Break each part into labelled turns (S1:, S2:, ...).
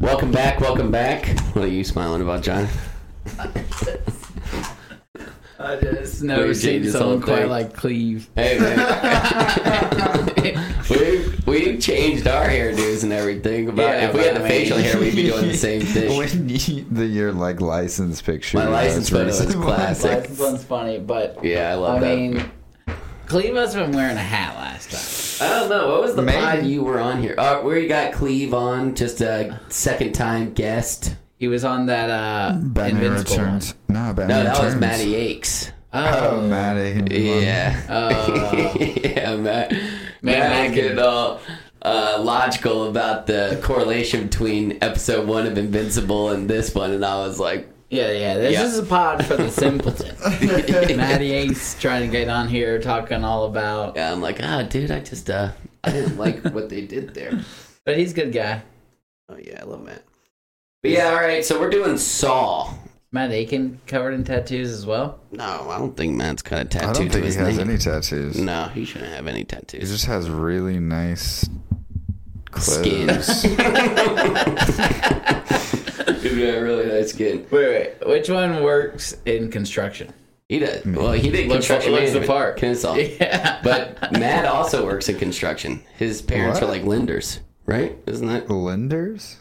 S1: Welcome back, welcome back. What are you smiling about, John?
S2: I just never
S1: We've
S2: seen
S1: changed this
S2: someone
S1: whole thing.
S2: quite like Cleve.
S1: Hey man, we've we've changed our hairdos and everything. About
S2: Yeah,
S1: if we had the
S2: but I mean-
S1: facial hair, we'd be doing the same thing.
S3: When you, the your like license picture,
S1: My
S3: was
S1: license photo is
S3: recent.
S1: classic.
S2: This one's funny, but
S1: Yeah, I
S2: I
S1: love that.
S2: mean, Cleve must have been wearing a hat last time.
S1: I don't know. What was the
S3: Maybe.
S1: pod you were on here? Uh, where you got Cleve on, just a second time guest.
S2: He was on that uh,
S3: Batman
S2: Invincible one.
S3: Returns. No, Batman
S1: No, that
S3: Returns.
S1: was Matty Aches.
S3: Oh,
S2: Oh,
S3: Maddie.
S1: Yeah.
S2: Oh.
S1: yeah, Matt. Matt,
S2: Matt
S1: was getting all uh, logical about the correlation between episode one of Invincible and this one, and I was like,
S2: yeah, yeah. This
S1: Yeah.
S2: is a pod for the simpleton. Matty Ace trying to get on here talking all about,
S1: yeah, I'm like, ah, dude, I just uh, I didn't like what they did there.
S2: but he's a good guy.
S1: Oh yeah, I love Matt. But yeah, all right. So we're doing Saw.
S2: Matt Aiken covered in tattoos as well.
S1: No, I don't think Matt's got a
S3: I
S1: tattoo
S3: don't
S1: to
S3: think he
S1: his
S3: has
S1: name.
S3: any tattoos.
S1: No, he shouldn't have any
S3: He
S1: tattoos.
S3: just has really nice
S1: Skin.
S3: clothes.
S1: He's got really nice skin.
S2: Wait, wait. Which one works in construction?
S1: He does. Well, he did
S2: Looks-
S1: construction
S2: looks the
S1: management.
S2: part.
S1: Kennesaw.
S2: Yeah.
S1: But Matt also works in construction. His parents
S3: What?
S1: are like lenders, right? Isn't that
S3: Lenders?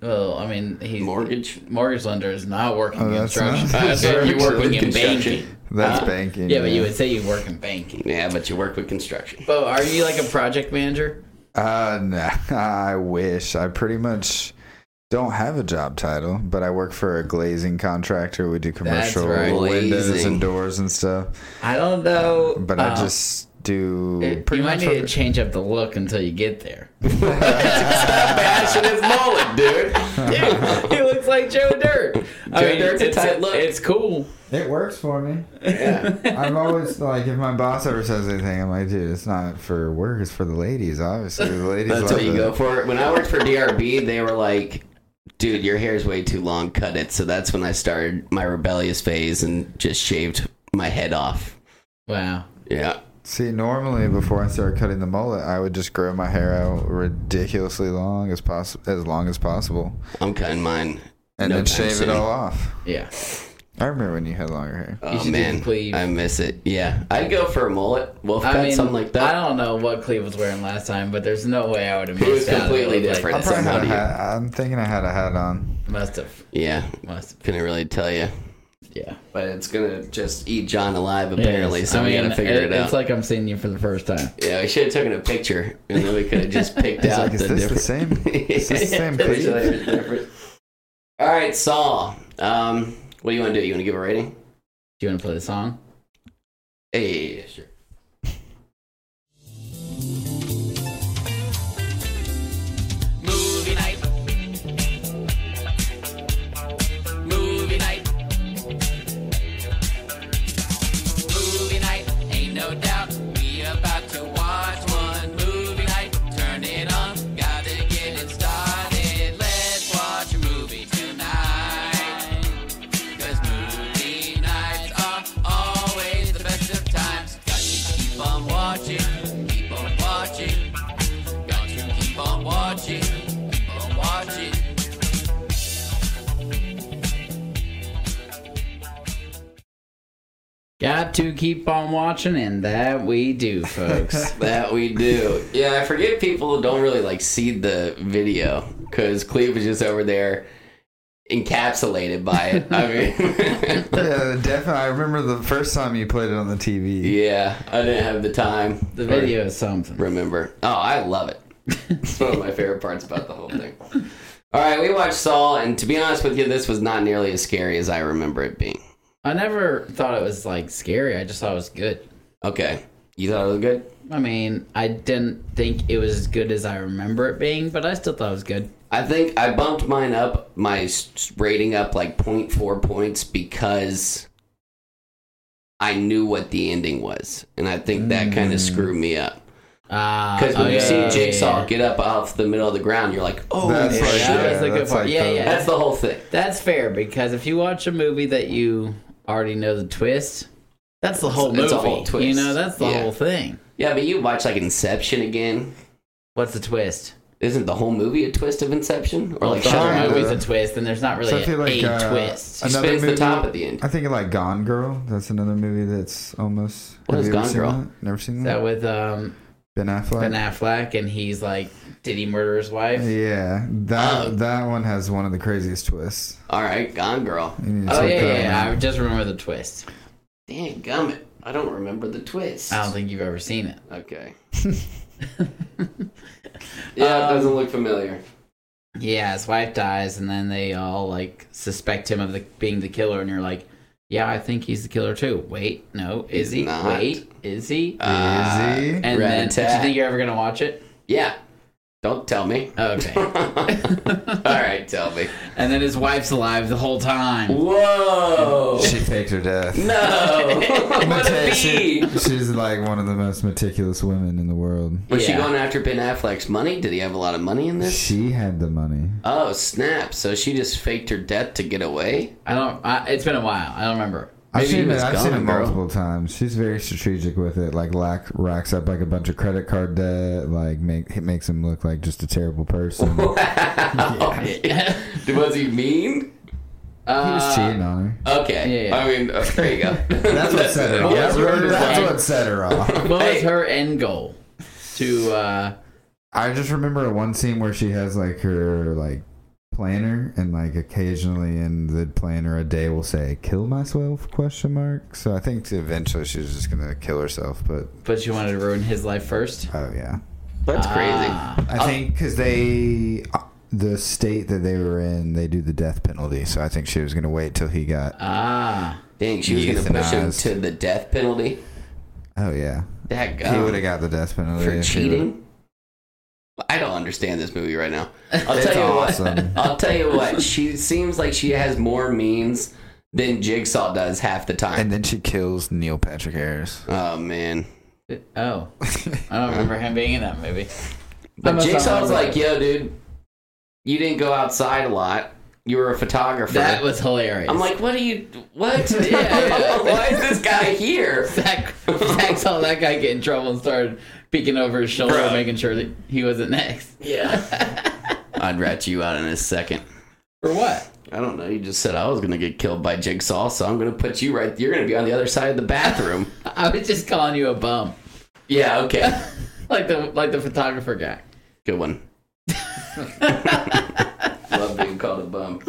S2: Well, I mean, he's
S1: mortgage?
S2: mortgage lender is not working
S3: Oh,
S2: in
S3: that's
S2: construction.
S3: not-
S2: I thought you
S1: Construction.
S2: working in
S1: Construction.
S2: banking.
S3: That's
S1: Huh?
S3: banking.
S2: Yeah, but you would say you work in banking.
S1: Yeah, but you work with construction.
S2: But are you like a project manager?
S3: Uh, nah, I wish. I pretty much don't have a job title, but I work for a glazing contractor. We do commercial
S2: right.
S3: windows
S1: Glazing.
S3: and doors and stuff.
S2: I don't know.
S3: But I
S2: uh,
S3: just do
S2: you
S3: pretty
S2: might
S3: much.
S2: need to
S3: what-
S2: change up the look until you get there.
S1: Stop bashing his mullet, dude.
S2: Dude, he looks like Joe Dirt. I
S1: Joe
S2: mean,
S1: Dirt's a
S2: it's,
S1: tight look.
S2: it's cool.
S3: It works for me. I'm always like, if my boss ever says anything, I'm like, dude, it's not for work, it's for the ladies, obviously. The ladies
S1: That's
S3: love
S1: what you
S3: it.
S1: go for. When I worked for DRB, they were like, dude, your hair's way too long. Cut it. So that's when I started my rebellious phase and just shaved my head off.
S2: Wow.
S1: Yeah.
S3: See, normally before I started cutting the mullet, I would just grow my hair out ridiculously long as possible, as long as possible,
S1: I'm cutting mine.
S3: and
S1: No
S3: then
S1: time
S3: shave
S1: soon.
S3: it all off.
S2: Yeah.
S3: I remember when you had longer hair.
S1: Oh
S2: should do
S1: man,
S2: the cleave.
S1: I miss it. Yeah, I'd go for a mullet, wolf cut,
S2: I mean,
S1: something like
S2: I
S1: that.
S2: don't know what Cleve was wearing last time, but there's no way I would have
S1: It was
S2: missed out.
S1: completely
S2: It was
S1: different.
S3: I
S1: That's
S3: probably had
S1: somehow
S3: a
S1: to you.
S3: hat. I'm thinking I had a hat on.
S2: must have.
S1: Yeah,
S2: Must have.
S1: couldn't really tell you,
S2: Yeah.
S1: but it's gonna just eat John alive apparently.
S2: Yes.
S1: So
S2: I
S1: we
S2: mean,
S1: gotta figure it, out.
S2: It's like I'm seeing you for the first time.
S1: yeah, we should have taken a picture, and then we could have just picked
S3: It's
S1: out
S3: like, is
S1: the
S3: this the
S1: different.
S3: same? Is this the same
S1: It's
S3: Cleve?
S1: like different. All right, Saul. Um, what do you want to do? You want to give a rating?
S2: Do you want to play the song?
S1: Hey, sure.
S4: Movie night. Movie night. Movie night. Ain't no doubt we about to watch one movie night. Turn it on. Gotta get it started. Let's watch a movie tonight. Cause movie nights are always the best of times. Got to keep on watching, keep on watching. Got to keep on watching, keep on watching.
S2: Got to keep on watching, and that we do, folks.
S1: That we do. Yeah, I forget people don't really like see the video because Cleve was just over there encapsulated by it. I mean,
S3: Yeah, definitely. I remember the first time you played it on the TV.
S1: yeah, I didn't have the time.
S2: the video is something.
S1: Remember. Oh, I love it. It's one of my favorite parts about the whole thing. All right, we watched Saul, and to be honest with you, this was not nearly as scary as I remember it being.
S2: I never thought it was like scary. I just thought it was good.
S1: Okay. You thought it was good?
S2: I mean, I didn't think it was as good as I remember it being, but I still thought it was good.
S1: I think I bumped mine up, my s- rating up like 0.4 points because I knew what the ending was. And I think that kind of screwed me up.
S2: Ah,
S1: Because when
S2: oh,
S1: you
S2: Mm. yeah, yeah,
S1: see Jigsaw
S2: yeah.
S1: get up off the middle of the ground, you're like, oh,
S3: That's
S1: shit.
S3: like,
S2: that
S3: yeah,
S2: was the good
S3: that's
S2: part.
S3: like
S2: Yeah,
S3: the-
S2: yeah.
S1: That's the whole thing.
S2: that's fair because if you watch a movie that you already know the twist, that's the whole movie.
S1: It's a whole
S2: You
S1: twist.
S2: know, that's the
S1: Yeah.
S2: whole thing.
S1: Yeah, but you watch like Inception again.
S2: What's the twist?
S1: Isn't the whole movie a twist of Inception? Or like
S2: the
S1: Shutter
S3: Kinda.
S2: whole
S1: Island?
S2: movie's a twist, and there's not
S3: So
S2: really
S3: I feel like
S2: a
S3: uh,
S2: twist.
S1: She
S3: another
S1: spins the
S3: movie-
S1: top at the end.
S3: I think of like Gone Girl. That's another movie that's almost.
S1: What
S3: have
S1: is
S3: you ever
S1: Gone
S3: seen
S1: Girl?
S3: that? Never seen
S2: Is
S3: that.
S2: that with um,
S3: Ben Affleck.
S2: Ben Affleck, and he's like, did he murder his wife?
S3: Yeah, that
S1: Oh.
S3: that one has one of the craziest twists.
S1: All right, Gone Girl.
S3: You need to
S2: Oh
S3: check
S2: yeah,
S3: that
S2: yeah,
S3: one
S2: yeah.
S3: out.
S2: I just remember the twist.
S1: Damn gummit. I don't remember the twist.
S2: I don't think you've ever seen it.
S1: Okay. yeah, it doesn't look familiar.
S2: Yeah, his wife dies, and then they all like suspect him of the, being the killer, and you're like, yeah, I think he's the killer too. Wait, no, is
S1: He's
S2: he?
S1: not.
S2: Wait, is he?
S1: Uh,
S3: Easy.
S2: and then, do you
S1: rat-a-tat.
S2: think you're ever gonna watch it?
S1: Yeah. Don't tell me.
S2: Okay.
S1: All right, tell me.
S2: and then his wife's alive the whole time.
S1: Whoa.
S3: She faked her death.
S1: No. what a
S3: Mate- she-
S1: bee.
S3: she's like one of the most meticulous women in the world.
S1: Was she
S2: Yeah.
S1: going after Ben Affleck's money? Did he have a lot of money in this?
S3: She had the money.
S1: Oh, snap. So she just faked her death to get away?
S2: I don't. I, it's been a while. I don't remember.
S3: I've
S1: Maybe he
S3: seen it.
S1: was
S3: I've seen it
S1: gone, girl.
S3: multiple times. She's very strategic with it. Like lack, racks up like a bunch of credit card debt. Like make it makes him look like just a terrible person. he
S1: Was he mean?
S3: was
S2: Uh,
S3: cheating on her.
S1: Okay.
S2: Yeah, yeah.
S1: I mean, uh, there you go.
S3: That's what set her off.
S1: Yeah,
S3: That's,
S1: ruined his life.
S3: what set her off.
S2: What
S1: Hey.
S2: was her end goal? To uh,
S3: I just remember one scene where she has like her like planner and like occasionally in the planner a day will say kill myself question mark so i think eventually she was just gonna kill herself but
S2: but she wanted to ruin his life first.
S3: oh yeah
S1: That's
S2: Ah.
S1: crazy.
S3: I think because they, uh, the state that they were in, they do the death penalty. So I think she was going to wait till he got.
S2: Ah,
S1: Dang, she was going to push him
S3: Euthanized.
S1: to the death penalty.
S3: Oh yeah,
S1: That
S3: he would
S1: guy.
S3: have got the death penalty
S1: Oh. For
S3: if he would've-
S1: cheating? I don't understand this movie right now. I'll
S3: It's
S1: tell you what.
S3: awesome.
S1: I'll tell you what. She seems like she has more means than Jigsaw does half the time.
S3: and then she kills Neil Patrick Harris.
S1: oh man.
S2: oh, I don't remember him being in that movie.
S1: But
S2: must
S1: Jigsaw
S2: not
S1: was
S2: remember
S1: like, "Yo, dude, you didn't go outside a lot. You were a photographer."
S2: That was hilarious.
S1: I'm like, "What are you? What?
S2: yeah.
S1: Why is this guy here?"
S2: Zach, Zach saw that guy get in trouble and started peeking over his shoulder,
S1: Bro.
S2: making sure that he wasn't next.
S1: Yeah. I'd rat you out in a second.
S2: For what?
S1: I don't know. You just said I was gonna get killed by Jigsaw, so I'm gonna put you right. You're gonna be on the other side of the bathroom.
S2: I was just calling you a bum,
S1: yeah. Okay.
S2: like the like the photographer guy.
S1: Good one. Love being called a bum.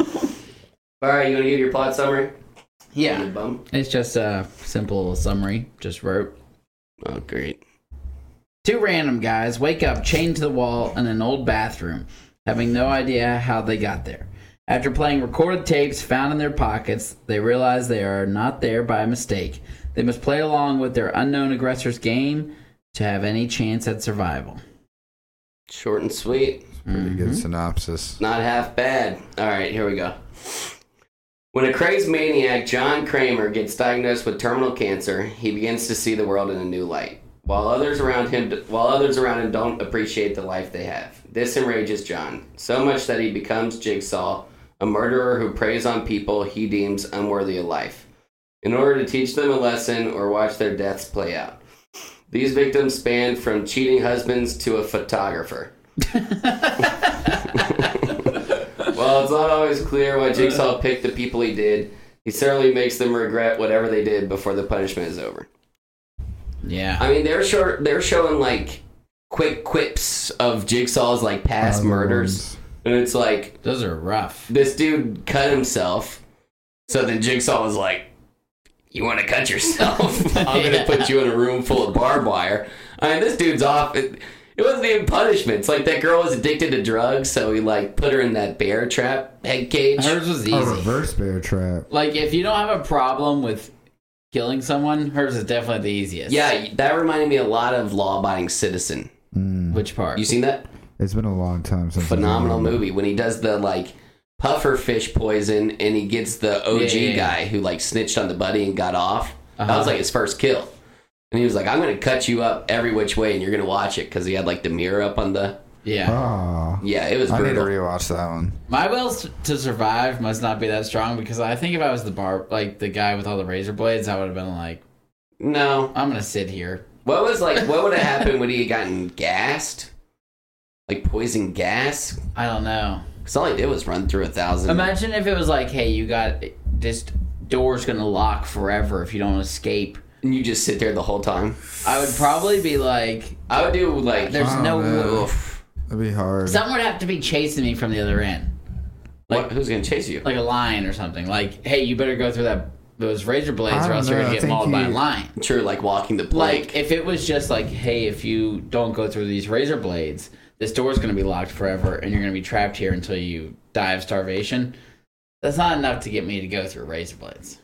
S1: All right, you want to give your plot summary?
S2: Yeah,
S1: You bum.
S2: it's just a simple summary. Just wrote.
S1: Oh, great.
S2: Two random guys wake up chained to the wall in an old bathroom, having no idea how they got there. After playing recorded tapes found in their pockets, they realize they are not there by mistake. They must play along with their unknown aggressor's game to have any chance at survival.
S1: Short and sweet.
S3: Pretty good synopsis.
S1: Not half bad. All right, here we go. When a crazed maniac, John Kramer, gets diagnosed with terminal cancer, he begins to see the world in a new light. While others around him, while others around him don't appreciate the life they have, this enrages John so much that he becomes Jigsaw, a murderer who preys on people he deems unworthy of life, in order to teach them a lesson or watch their deaths play out. These victims span from cheating husbands to a photographer. Well, it's not always clear why Jigsaw picked the people he did. He certainly makes them regret whatever they did before the punishment is over.
S2: Yeah.
S1: I mean, they're short, they're showing like quick quips of Jigsaw's like past
S3: Other
S1: murders,
S3: ones.
S1: and it's like
S2: Those are rough.
S1: this dude cut himself. So then Jigsaw was like, "You want to cut yourself? I'm gonna
S2: Yeah.
S1: put you in a room full of barbed wire." I mean, this dude's off. It, it wasn't even punishments. Like that girl was addicted to drugs, so he like put her in that bear trap head cage.
S2: Hers was
S3: A
S2: easy.
S3: reverse bear trap.
S2: Like, if you don't have a problem with killing someone, hers is definitely the easiest.
S1: Yeah, that reminded me a lot of Law Abiding Citizen.
S2: Which part?
S1: You seen that?
S3: It's been a long time since. I've
S1: Phenomenal
S2: Mm.
S3: seen it.
S1: movie when he does the like puffer fish poison and he gets the OG
S2: Yeah, yeah, yeah.
S1: guy who like snitched on the buddy and got off. That
S2: Uh-huh.
S1: was like his first kill. And he was like, I'm going to cut you up every which way and you're going to watch it because he had like the mirror up on the.
S2: yeah.
S3: Ah,
S1: Yeah, it was
S3: I need to
S1: brutal.
S3: rewatch that one.
S2: My will s- to survive must not be that strong because I think if I was the bar, like the guy with all the razor blades, I would have been like,
S1: no.
S2: I'm gonna sit here.
S1: What was like, what would have happened when he had gotten gassed? Like poison gas?
S2: I don't know.
S1: Because all I did was run through a thousand.
S2: Imagine if it was like, hey, you got this door's gonna lock forever if you don't escape.
S1: and you just sit there the whole time.
S2: I would probably be like,
S1: I would do like
S2: there's
S3: Oh,
S2: no.
S3: man.
S1: Oof.
S3: That'd be hard.
S2: Someone would have to be chasing me from the other end,
S1: What, who's gonna chase you?
S2: like a lion or something. Like, hey, you better go through that those razor blades,
S3: I
S2: or else
S3: don't
S2: you're
S3: know.
S2: gonna
S3: I
S2: get
S3: think
S2: mauled by a
S3: you-
S2: lion.
S1: True, like walking the plague.
S2: Like, if it was just like, hey, if you don't go through these razor blades, this door's gonna be locked forever, and you're gonna be trapped here until you die of starvation. That's not enough to get me to go through razor blades.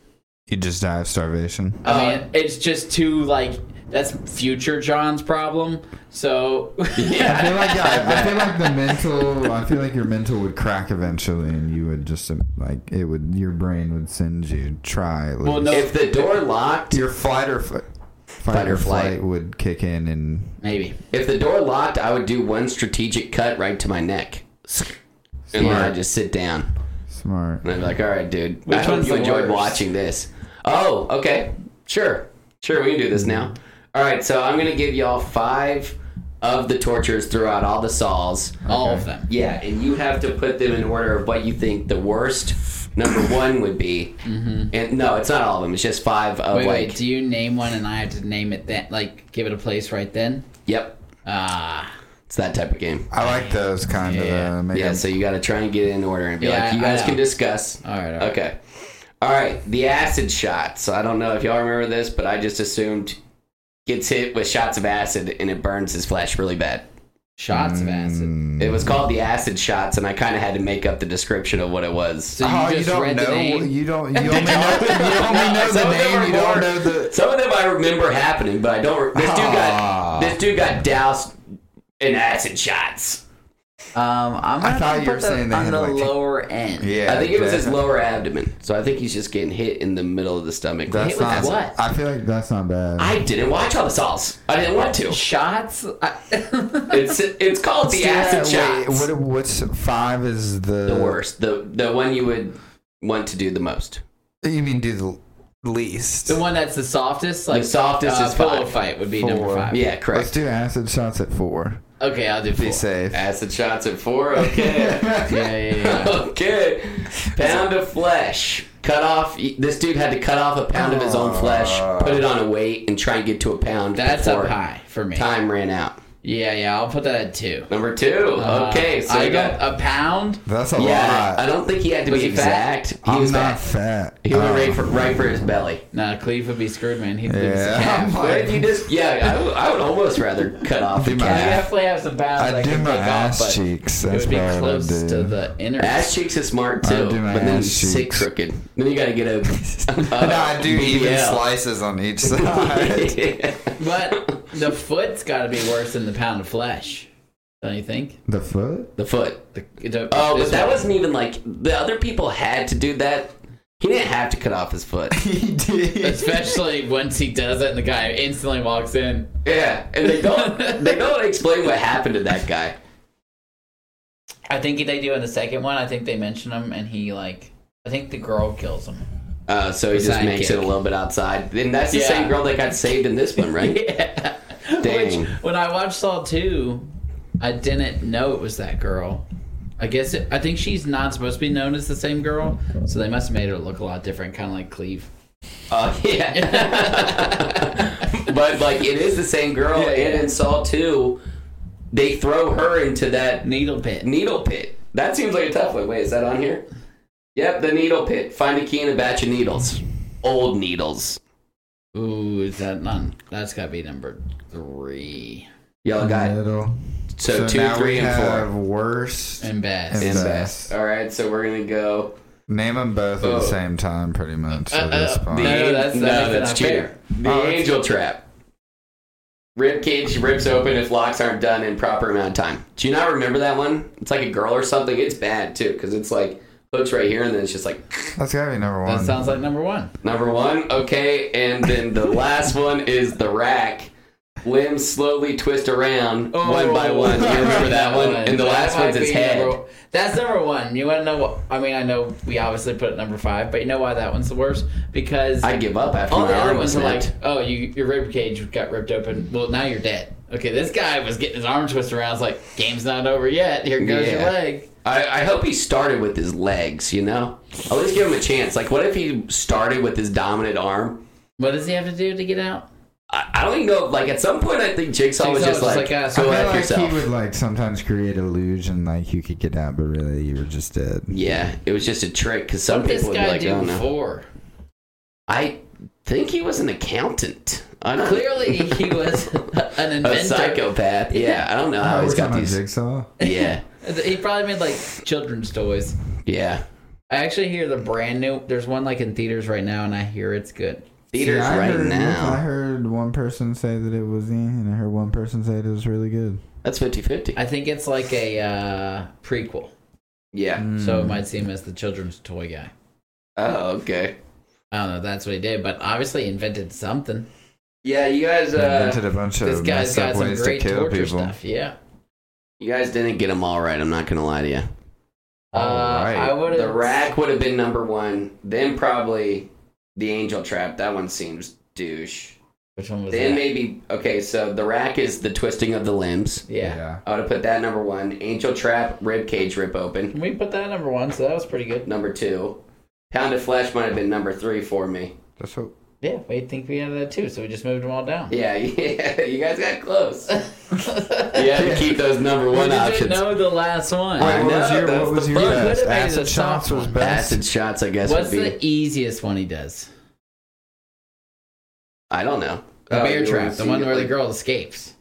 S3: You just die of starvation.
S2: I mean, it's just too like that's future John's problem. So
S3: I feel like I, I feel like the mental. I feel like your mental would crack eventually, and you would just um, like it would. Your brain would send you try. At least.
S2: Well, no.
S1: if the door locked,
S3: your flight or fl- fight,
S1: Fight or
S3: or
S1: flight.
S3: flight. would kick in, and
S2: maybe
S1: if the door locked, I would do one strategic cut right to my neck, and then I just sit down.
S3: smart.
S1: And I'd be like, "All right, dude,
S2: Which
S1: I hope
S2: one's
S1: you
S2: the
S1: enjoyed
S2: worst?"
S1: watching this." Oh, okay, sure, sure, we can do this now. All right, so I'm gonna give y'all five of the tortures throughout all the saws.
S2: all of them.
S1: Yeah, and you have to put them in order of what you think the worst number one would be. Mm-hmm. And no, it's not all of them. It's just five of
S2: Wait,
S1: like.
S2: wait, do you name one and I have to name it then? Like, give it a place right then?
S1: yep,
S2: Ah,
S1: it's that type of game.
S3: I like those kind
S2: Yeah.
S3: of. Uh, make
S1: Yeah,
S3: 'em-
S1: so you got to try and get it in order and be
S2: Yeah,
S1: like, you
S2: I
S1: guys
S2: know.
S1: can discuss.
S2: all right, all right.
S1: Okay. All right, the acid shot. So I don't know if y'all remember this, but I just assumed gets hit with shots of acid and it burns his flesh really bad.
S2: Shots of acid.
S3: Mm.
S1: It was called the acid shots, and I kind of had to make up the description of what it was.
S2: So you
S3: Oh,
S2: just read the name.
S3: You don't. You only know. You only know
S1: Some
S3: the
S1: of them are
S3: name. You don't
S1: more-
S3: know the.
S1: Some of them I remember happening, but I don't. Re- this dude
S3: Ah.
S1: got this dude got doused in acid shots.
S2: um, I'm gonna
S3: I thought you
S2: put the-
S3: were saying they
S2: on
S3: had,
S2: the
S3: like,
S2: lower end.
S3: Yeah,
S1: I think it was his
S3: definitely.
S1: lower abdomen, so I think he's just getting hit in the middle of the stomach.
S3: That's
S2: Hit with
S3: not.
S2: what?
S3: I feel like that's not bad.
S1: I didn't watch all the sauce. I didn't want to.
S2: Shots. I-
S1: It's it's called the acid
S3: Yeah,
S1: shots.
S3: Wait, what, what's five? Is the
S1: the worst, the the one you would want to do the most.
S3: You mean do the least?
S2: the one that's the softest, like
S1: softest
S2: uh,
S1: is
S2: pillow
S1: five.
S2: fight would be number
S3: Four.
S2: five.
S1: Yeah,
S3: Let's
S1: correct.
S3: do acid shots at four.
S2: Okay, I'll do four.
S3: Be safe.
S1: Acid shots at four. Okay.
S2: Yeah, yeah, yeah. yeah.
S1: okay. Pound of flesh. Cut off. This dude had to cut off a pound of his own flesh, put it on a weight, and try and get to a pound.
S2: That's
S1: before
S2: up high for me.
S1: Time ran out.
S2: Yeah, yeah, I'll put that at two.
S1: Number two. okay,
S2: Uh,
S1: so
S2: I
S1: we got.
S2: got a pound.
S3: That's a
S1: yeah,
S3: lot.
S1: I don't think he had to
S2: Was
S1: be
S2: he fat?
S1: exact. He
S3: I'm
S1: was
S3: not
S1: fat.
S3: fat.
S1: He went
S3: Oh.
S1: right for right for his belly.
S2: Nah, Cleve would be screwed, man. He'd lose
S3: Yeah.
S2: his calf.
S3: Oh
S1: What if you just? Yeah, I would- I would almost rather cut off the
S3: Do my-
S2: I
S1: calf.
S2: definitely have some pounds I,
S3: I'd do
S2: can
S3: my
S2: take off,
S3: ass
S2: but
S3: cheeks.
S2: it
S3: That's
S2: would be
S3: what I would
S2: close
S3: do.
S2: to the inner.
S1: Ass cheeks is smart
S3: I
S1: too,
S3: do my
S1: but then you
S3: ass
S1: sit
S3: cheeks.
S1: crooked. Then you gotta get a. a
S3: No, I do even
S1: BBL.
S3: slices on each side.
S2: But the foot's got to be worse than the pound of flesh, don't you think?
S3: the foot?
S1: the foot.
S2: The, the,
S1: Oh, but
S2: this
S1: that
S2: one.
S1: wasn't even like the other people had to do that. He didn't have to cut off his foot.
S3: He did.
S2: Especially once he does it, and the guy instantly walks in.
S1: yeah, and they don't they don't explain what happened to that guy.
S2: I think they do in the second one. I think they mention him, and he like. I think the girl kills him.
S1: Uh, so he
S2: The
S1: just makes
S2: sidekick.
S1: it a little bit outside, and that's the
S2: Yeah.
S1: same girl that got saved in this one, right?
S2: Yeah.
S1: Dang.
S2: Which, when I watched Saw 2, I didn't know it was that girl. I guess it, I think she's not supposed to be known as the same girl, so they must have made her look a lot different, kind of like Cleve.
S1: Uh, yeah. but like it is the same girl,
S2: Yeah, yeah.
S1: and in Saw Two, they throw her into that
S2: Needle pit.
S1: Needle pit. That seems like a tough one. Wait, is that on here? Yep, the needle pit. Find a key and a batch of needles. Old needles.
S2: Ooh, is that none? That's got to be number three.
S1: Y'all got it.
S3: Middle.
S1: Oh, So, two, three, and
S3: have
S1: four.
S3: worst
S2: And best.
S1: And
S3: best.
S1: best. All right, so we're gonna go.
S3: Name them both at
S1: Oh.
S3: the same time, pretty much.
S2: Uh,
S3: at this
S2: uh,
S3: point.
S2: No, the- that's-
S1: no,
S2: that's
S1: that's
S2: not
S1: cheater. The
S3: Oh, that's-
S1: angel trap. Rib cage rips open if locks aren't done in proper amount of time. Do you not remember that one? It's like a girl or something. It's bad too because it's like hooks right here and then it's just like
S3: that's gotta be number one.
S2: That sounds like number one.
S1: Number one, okay, and then the last one is the rack. Limbs slowly twist around one by one. You remember that one? And the
S2: Oh. That
S1: last
S2: might
S1: one's his
S2: be
S1: head.
S2: number- that's number one. You want to know what? I mean, I know we obviously put it number five, but you know why that one's the worst? Because
S1: I give up after
S2: All
S1: my
S2: the other
S1: arm was
S2: ones are like,
S1: snapped.
S2: oh, you, your rib cage got ripped open. Well, now you're dead. Okay, this guy was getting his arm twisted around. It's like, game's not over yet. Here goes your
S1: Yeah.
S2: leg.
S1: I, I hope he started with his legs, you know? At least give him a chance. Like, what if he started with his dominant arm?
S2: What does he have to do to get out?
S1: I, I don't even know. Like, at some point, I think Jigsaw, was
S2: Jigsaw's
S1: just like,
S2: just like,
S1: go
S2: uh, so I
S3: I
S1: F
S3: feel like
S1: yourself.
S3: he would like sometimes create illusion like you could get out, but really you were just dead.
S1: yeah, it was just a trick because some
S2: What did this
S1: people would be
S2: guy
S1: like,
S2: do
S1: oh, no.
S2: before?
S1: I think he was an accountant. I don't
S2: Clearly, he was an
S1: A
S2: inventor.
S1: psychopath. Yeah, I don't know how
S3: Oh,
S1: he's
S3: we're
S1: got
S3: talking about
S1: these.
S3: jigsaw.
S1: Yeah,
S2: He probably made like children's toys.
S1: yeah.
S2: I actually hear the brand new. There's one like in theaters right now, and I hear it's good.
S1: Theaters
S3: See, I
S1: right
S3: heard, I
S1: now.
S3: heard one person say that it was eh, and I heard one person say it was really good.
S1: That's 50 50.
S2: I think it's like a uh, prequel,
S1: Yeah.
S3: Mm. Hmm.
S2: so it might seem as the children's toy guy.
S1: Oh, okay.
S2: I don't know. if That's what he did, but obviously invented something.
S1: Yeah, you guys. Uh,
S3: invented a bunch
S2: This
S3: of
S2: guy's
S3: messed up
S2: got some
S3: ways to
S2: great
S3: kill
S2: torture
S3: people.
S2: stuff. Yeah.
S1: you guys didn't get them all right. I'm not gonna lie to you.
S2: Uh,
S3: Alright.
S2: I would
S1: The
S2: have.
S1: rack would have been number one. Then probably the angel trap. That one seems douche.
S2: Which one was
S1: Then
S2: that?
S1: maybe okay. So the rack is the twisting of the limbs.
S2: yeah.
S1: I would have put that number one. Angel trap, rib cage rip open.
S2: We put that number one, so that was pretty good.
S1: Number two. Pound of flesh might have been number three for me.
S3: That's what.
S2: Yeah, we think we had that too, so we just moved them all down.
S1: Yeah, yeah. You guys got close.
S2: you
S1: You had to keep those number one
S2: didn't
S1: options.
S2: know the last one.
S1: I
S3: What was
S1: know,
S3: your,
S1: that's
S3: what was
S1: the
S3: your
S1: fun.
S2: Could've
S3: best?
S2: made it a
S3: Acid shots
S2: soft
S3: was
S2: one.
S3: best.
S1: Acid shots, I guess, would
S2: What's
S1: be.
S2: the easiest one he does?
S1: I don't know.
S2: The
S1: Oh,
S2: bear
S1: you
S2: trap,
S1: wanna
S2: the
S1: see
S2: one
S1: it,
S2: where the
S1: like-
S2: girl escapes.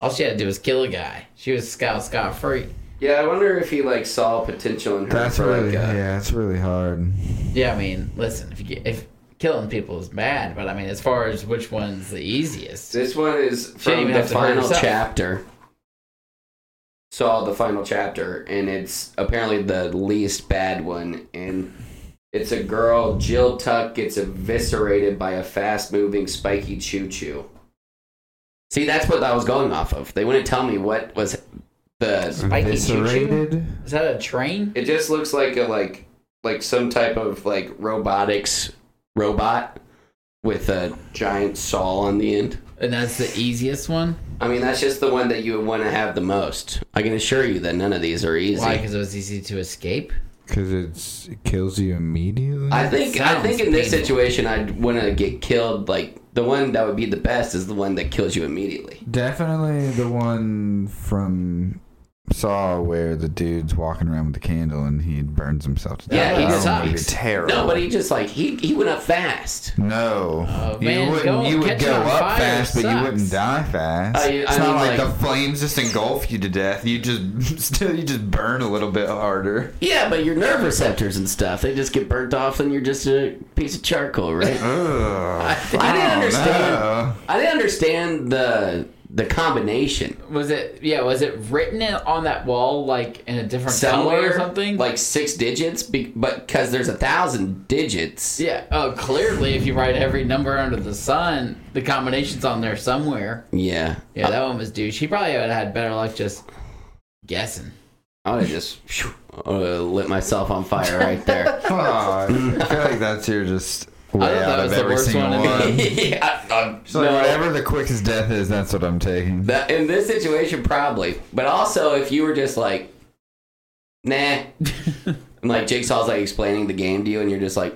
S2: All she had to do was kill a guy. She was scout scot free.
S1: Yeah, I wonder if he like saw potential in her.
S3: That's
S1: for,
S3: really
S1: like, uh,
S3: yeah. That's really hard.
S2: Yeah, I mean, listen, if you get, if killing people is bad, but I mean, as far as which one's the easiest,
S1: This one is from
S2: even
S1: the
S2: have to hurt
S1: final
S2: herself.
S1: chapter. Saw the final chapter, and it's apparently the least bad one. And it's a girl, Jill Tuck, gets eviscerated by a fast moving, spiky choo choo. See, that's what I was going off of. They wouldn't tell me what was the.
S2: Spiky choo-choo?
S3: Eviscerated.
S2: is that a train?
S1: It just looks like a like like some type of like robotics robot with a giant saw on the end.
S2: And that's the easiest one.
S1: I mean, that's just the one that you would want to have the most. I can assure you that none of these are easy.
S2: Why? Because it was easy to escape.
S3: Because it's it kills you immediately.
S1: I think I
S2: Sounds
S1: think in this
S2: painful.
S1: situation, I'd want to get killed. Like the one that would be the best is the one that kills you immediately.
S3: Definitely the one from Saw where the dude's walking around with the candle and he burns himself to death.
S1: Yeah, he
S3: That one would be
S1: sucks.
S3: terrible.
S1: No, but he just like he he went up fast.
S3: No,
S2: Oh,
S3: you
S2: man,
S3: wouldn't.
S2: go-
S3: you would
S2: catching
S3: go
S2: on
S3: up
S2: fire
S3: fast, but you
S2: sucks.
S3: wouldn't die fast.
S1: I-
S3: it's
S1: I
S3: not
S1: mean,
S3: like,
S1: like-
S3: the flames just engulf you to death. You just still you just burn a little bit harder.
S1: Yeah, but your nerve receptors and stuff they just get burnt off, and you're just a piece of charcoal, right?
S3: Ugh, I,
S1: I didn't
S3: don't
S1: understand.
S3: know.
S1: I didn't understand the the combination.
S2: Was it? Yeah. Was it written in, on that wall like in a different color
S1: Somewhere,
S2: or something?
S1: like six digits, be, but because there's a thousand digits.
S2: Yeah. Oh, clearly, if you write every number under the sun, the combination's on there somewhere.
S1: Yeah,
S2: Yeah, that one was douche. He probably would have had better luck just guessing.
S1: I would have just phew, uh, lit myself on fire right there.
S3: Fuck. I feel like that's your just
S2: I
S3: way
S2: thought
S3: out
S2: that
S3: of
S2: was the
S3: every
S2: worst
S3: single
S2: one
S3: one.
S2: to me.
S1: yeah, um,
S3: So
S1: no,
S3: whatever the quickest death is, that's what I'm taking.
S1: that- in this situation, probably. But also, if you were just like, nah, and like Jigsaw's like explaining the game to you, and you're just like,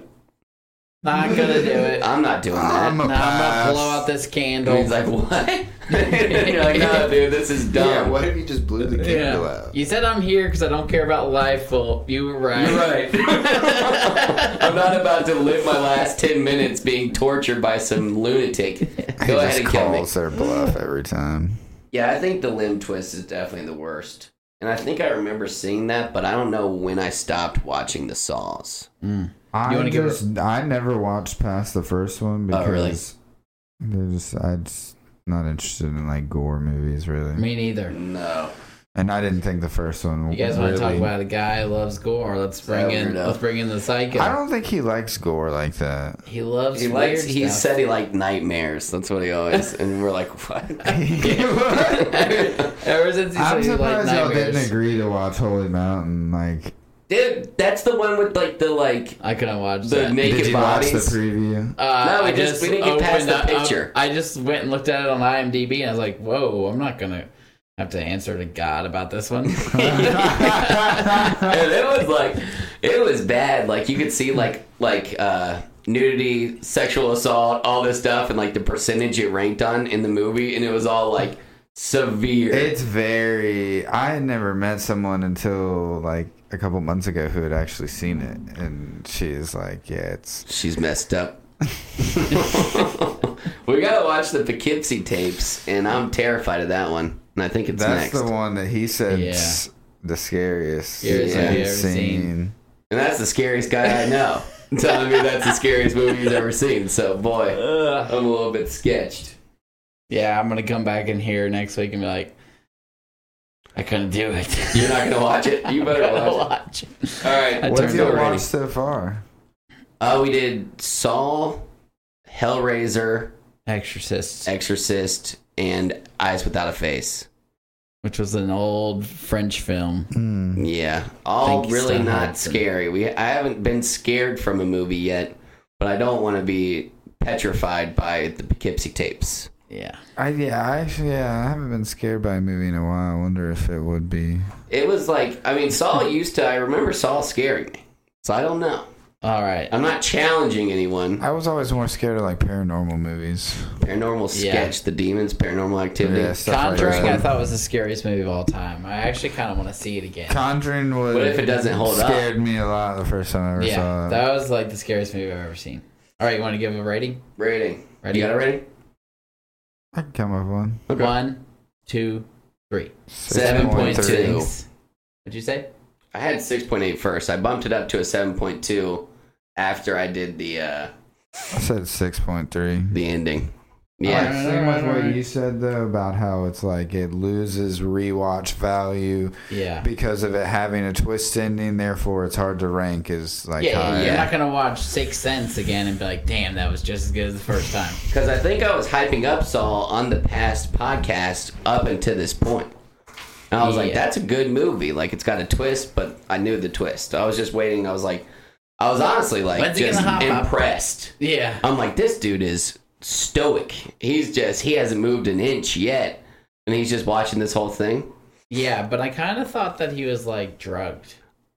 S2: Not gonna do it.
S1: I'm not doing that.
S3: I'm a
S2: Nah, I'm
S3: pass.
S2: gonna blow out this
S1: and
S2: candle.
S1: he's like, what? and you're like, no, dude, this is dumb.
S3: Yeah, what if you just blew the candle
S2: yeah.
S3: out?
S2: You said I'm here because I don't care about life. Well, you were right.
S1: You're right. I'm not about to live my last ten minutes being tortured by some lunatic. Go
S3: he
S1: ahead
S3: just
S1: and kill me.
S3: calls their bluff every time.
S1: Yeah, I think the limb twist is definitely the worst. And I think I remember seeing that, but I don't know when I stopped watching the saws.
S3: I
S2: You wanna give
S3: just I never watched past the first one because
S1: Oh, really?
S3: they're just I just not interested in like gore movies really.
S2: Me neither.
S1: No.
S3: and I didn't think the first one.
S2: You guys
S3: really,
S2: want to talk about a guy who loves gore? Let's bring in.
S1: weirdo.
S2: Let's bring in the psycho.
S3: I don't think he likes gore like that.
S2: he loves
S1: He
S2: weird
S1: likes
S2: stuff.
S1: he said he liked nightmares. That's what he always and we're like, What?
S2: Ever since he said he liked
S3: I'm surprised y'all
S2: nightmares.
S3: didn't agree to watch Holy Mountain. Like
S1: Dude, that's the one with like the like
S2: I couldn't watch
S1: the
S2: that.
S1: naked
S3: Did you watch
S1: bodies.
S3: the preview?
S2: Uh,
S1: No, we
S2: I
S1: just- we didn't get past
S2: opened
S1: the
S2: up- um,
S1: picture.
S2: I just went and looked at it on IMDb, and I was like, "Whoa, I'm not gonna have to answer to God about this one."
S1: and it was like it was bad like you could see like like uh nudity sexual assault all this stuff and like the percentage it ranked on in the movie and it was all like severe
S3: It's very. I had never met someone until like a couple months ago who had actually seen it, and she's like, "Yeah, it's
S1: she's messed up we gotta watch the poughkeepsie tapes and i'm terrified of that one and i think it's
S3: that's
S1: next
S3: the one that he said
S2: Yeah.
S3: the scariest
S2: Scariest
S1: I've
S2: ever seen.
S1: and that's the scariest guy i know telling me that's the scariest movie he's ever seen so boy
S2: Ugh.
S1: i'm a little bit sketched
S2: yeah, I'm gonna come back in here next week and be like, "I couldn't do it."
S1: You're not gonna watch it? You better
S2: I'm gonna
S1: watch
S2: watch it.
S1: all right
S2: I
S3: What's
S2: turned
S3: your
S2: it
S1: already.
S3: watch so far?
S1: Uh, we did Saul, Hellraiser,
S2: Exorcist,
S1: Exorcist, and Eyes Without a Face.
S2: which was an old French film.
S3: Hmm.
S1: Yeah, all
S2: Thank you,
S1: really
S2: Stan
S1: not
S2: Hansen.
S1: scary. We I haven't been scared from a movie yet, but I don't want to be petrified by the Poughkeepsie tapes.
S2: Yeah,
S3: I yeah, I actually yeah, I haven't been scared by a movie in a while. I wonder if it would be.
S1: It was like I mean Saul used to. I remember Saul scaring me, so I don't know.
S2: all right.
S1: I'm not challenging anyone.
S3: I was always more scared of like paranormal movies.
S1: Paranormal
S2: Yeah.
S1: sketch, the demons, paranormal activity.
S3: Yeah, stuff like
S2: Conjuring, I
S3: that.
S2: thought was the scariest movie of all time. I actually kind of want to see it again.
S3: Conjuring was.
S1: What if it doesn't hold up?
S3: Scared me a lot the first time I ever
S2: Yeah,
S3: saw it.
S2: that was like the scariest movie I've ever seen. All right, you want to give a rating?
S1: Rating.
S2: Ready?
S1: You got a rating?
S3: I can come up with one.
S1: Okay.
S2: One, two, three.
S1: Seven point
S3: three.
S1: two.
S2: Six. What'd you say?
S1: I had 6.8 first. I bumped it up to a 7.2 after I did the uh
S3: I said six point three.
S1: the ending.
S3: I
S1: Yeah.
S2: Alright.
S3: agree with what you said though about how it's like it loses rewatch value
S2: Yeah.
S3: because of it having a twist ending. Therefore, it's hard to rank as like
S2: yeah,
S3: high.
S2: you're
S1: yeah.
S2: not gonna watch Six Sense again and be like, "Damn, that was just as good as the first time."
S1: Cuz I think I was hyping up Saul on the past podcast up until this point. And I was like
S2: Yeah.
S1: that's a good movie. Like it's got a twist, but I knew the twist. I was just waiting. I was like I was honestly like
S2: When's he
S1: just
S2: gonna hop up?
S1: impressed.
S2: Yeah.
S1: I'm like this dude is stoic. He's just he hasn't moved an inch yet and he's just watching this whole thing.
S2: Yeah, but I kind of thought that he was like drugged.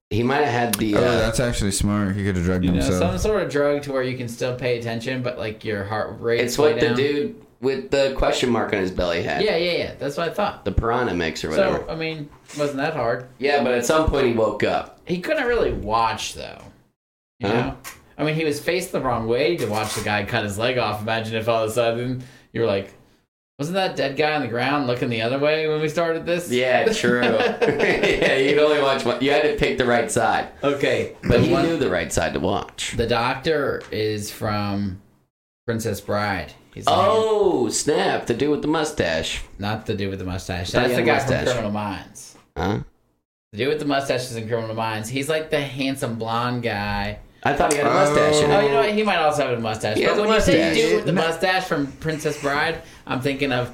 S1: He might have had the
S3: Oh,
S1: uh,
S3: that's actually smart. He could have drugged
S2: You know,
S3: himself.
S2: some sort of drug to where you can still pay attention, but like your heart rate.
S1: It's
S2: is way
S1: what the
S2: down.
S1: dude with the question mark on his belly had.
S2: Yeah, yeah, yeah. That's what I thought.
S1: The piranha mix or whatever.
S2: So I mean, wasn't that hard?
S1: yeah, but at some point he woke up.
S2: He couldn't really watch though. You
S1: Huh?
S2: know, I mean, he was faced the wrong way to watch the guy cut his leg off. Imagine if all of a sudden you were like, "Wasn't that dead guy on the ground looking the other way when we started this?"
S1: Yeah, true. yeah, you'd only watch one. You had to pick the right side.
S2: Okay,
S1: But he
S2: one-
S1: knew the right side to watch.
S2: The doctor is from Princess Bride. He's
S1: Oh, snap. The dude with the mustache.
S2: the- not the dude with the mustache.
S1: Not
S2: That's
S1: the
S2: the guy
S1: mustache.
S2: from Criminal Minds.
S1: Huh?
S2: The dude with the mustache is in Criminal Minds. He's like the handsome blonde guy.
S1: I thought he had a mustache in
S2: Oh,
S1: it.
S2: you know what? He might also have a mustache.
S1: He has
S2: but
S1: a
S2: when you say
S1: mustache.
S2: dude with the
S3: No.
S2: mustache from Princess Bride, I'm thinking of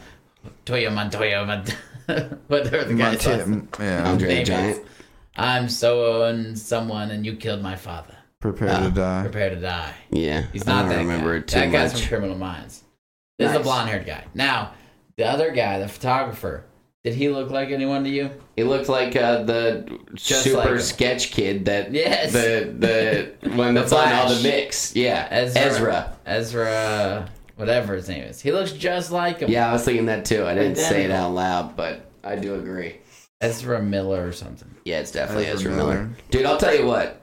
S2: Toyo Montoya Montoya. Whatever the
S3: My
S2: guy's
S3: tip-
S2: last name
S3: yeah,
S1: Andre the
S2: is.
S1: Giant.
S2: I'm so and someone, and you killed my father.
S3: prepare to die.
S2: Ah, Prepare to die.
S1: Yeah.
S2: He's
S1: I
S2: not
S1: don't
S2: that
S1: remember
S2: guy.
S1: it too
S2: that
S1: much.
S2: guy's from Criminal Minds. This is
S1: Nice.
S2: the blonde haired guy. Now, the other guy, the photographer, did he look like anyone to you?
S1: He looked like uh, the
S2: Just
S1: super
S2: like him.
S1: sketch kid that
S2: Yes.
S1: the the one that's on all the mix. Yeah,
S2: Ezra.
S1: Ezra.
S2: Ezra, whatever his name is. He looks just like him.
S1: Yeah, I was thinking that too. I didn't say it
S2: Identical.
S1: out loud, but I do agree.
S2: Ezra Miller or something.
S1: Yeah, it's definitely Ezra,
S3: Ezra
S1: Miller.
S3: Miller.
S1: Dude, I'll tell you what.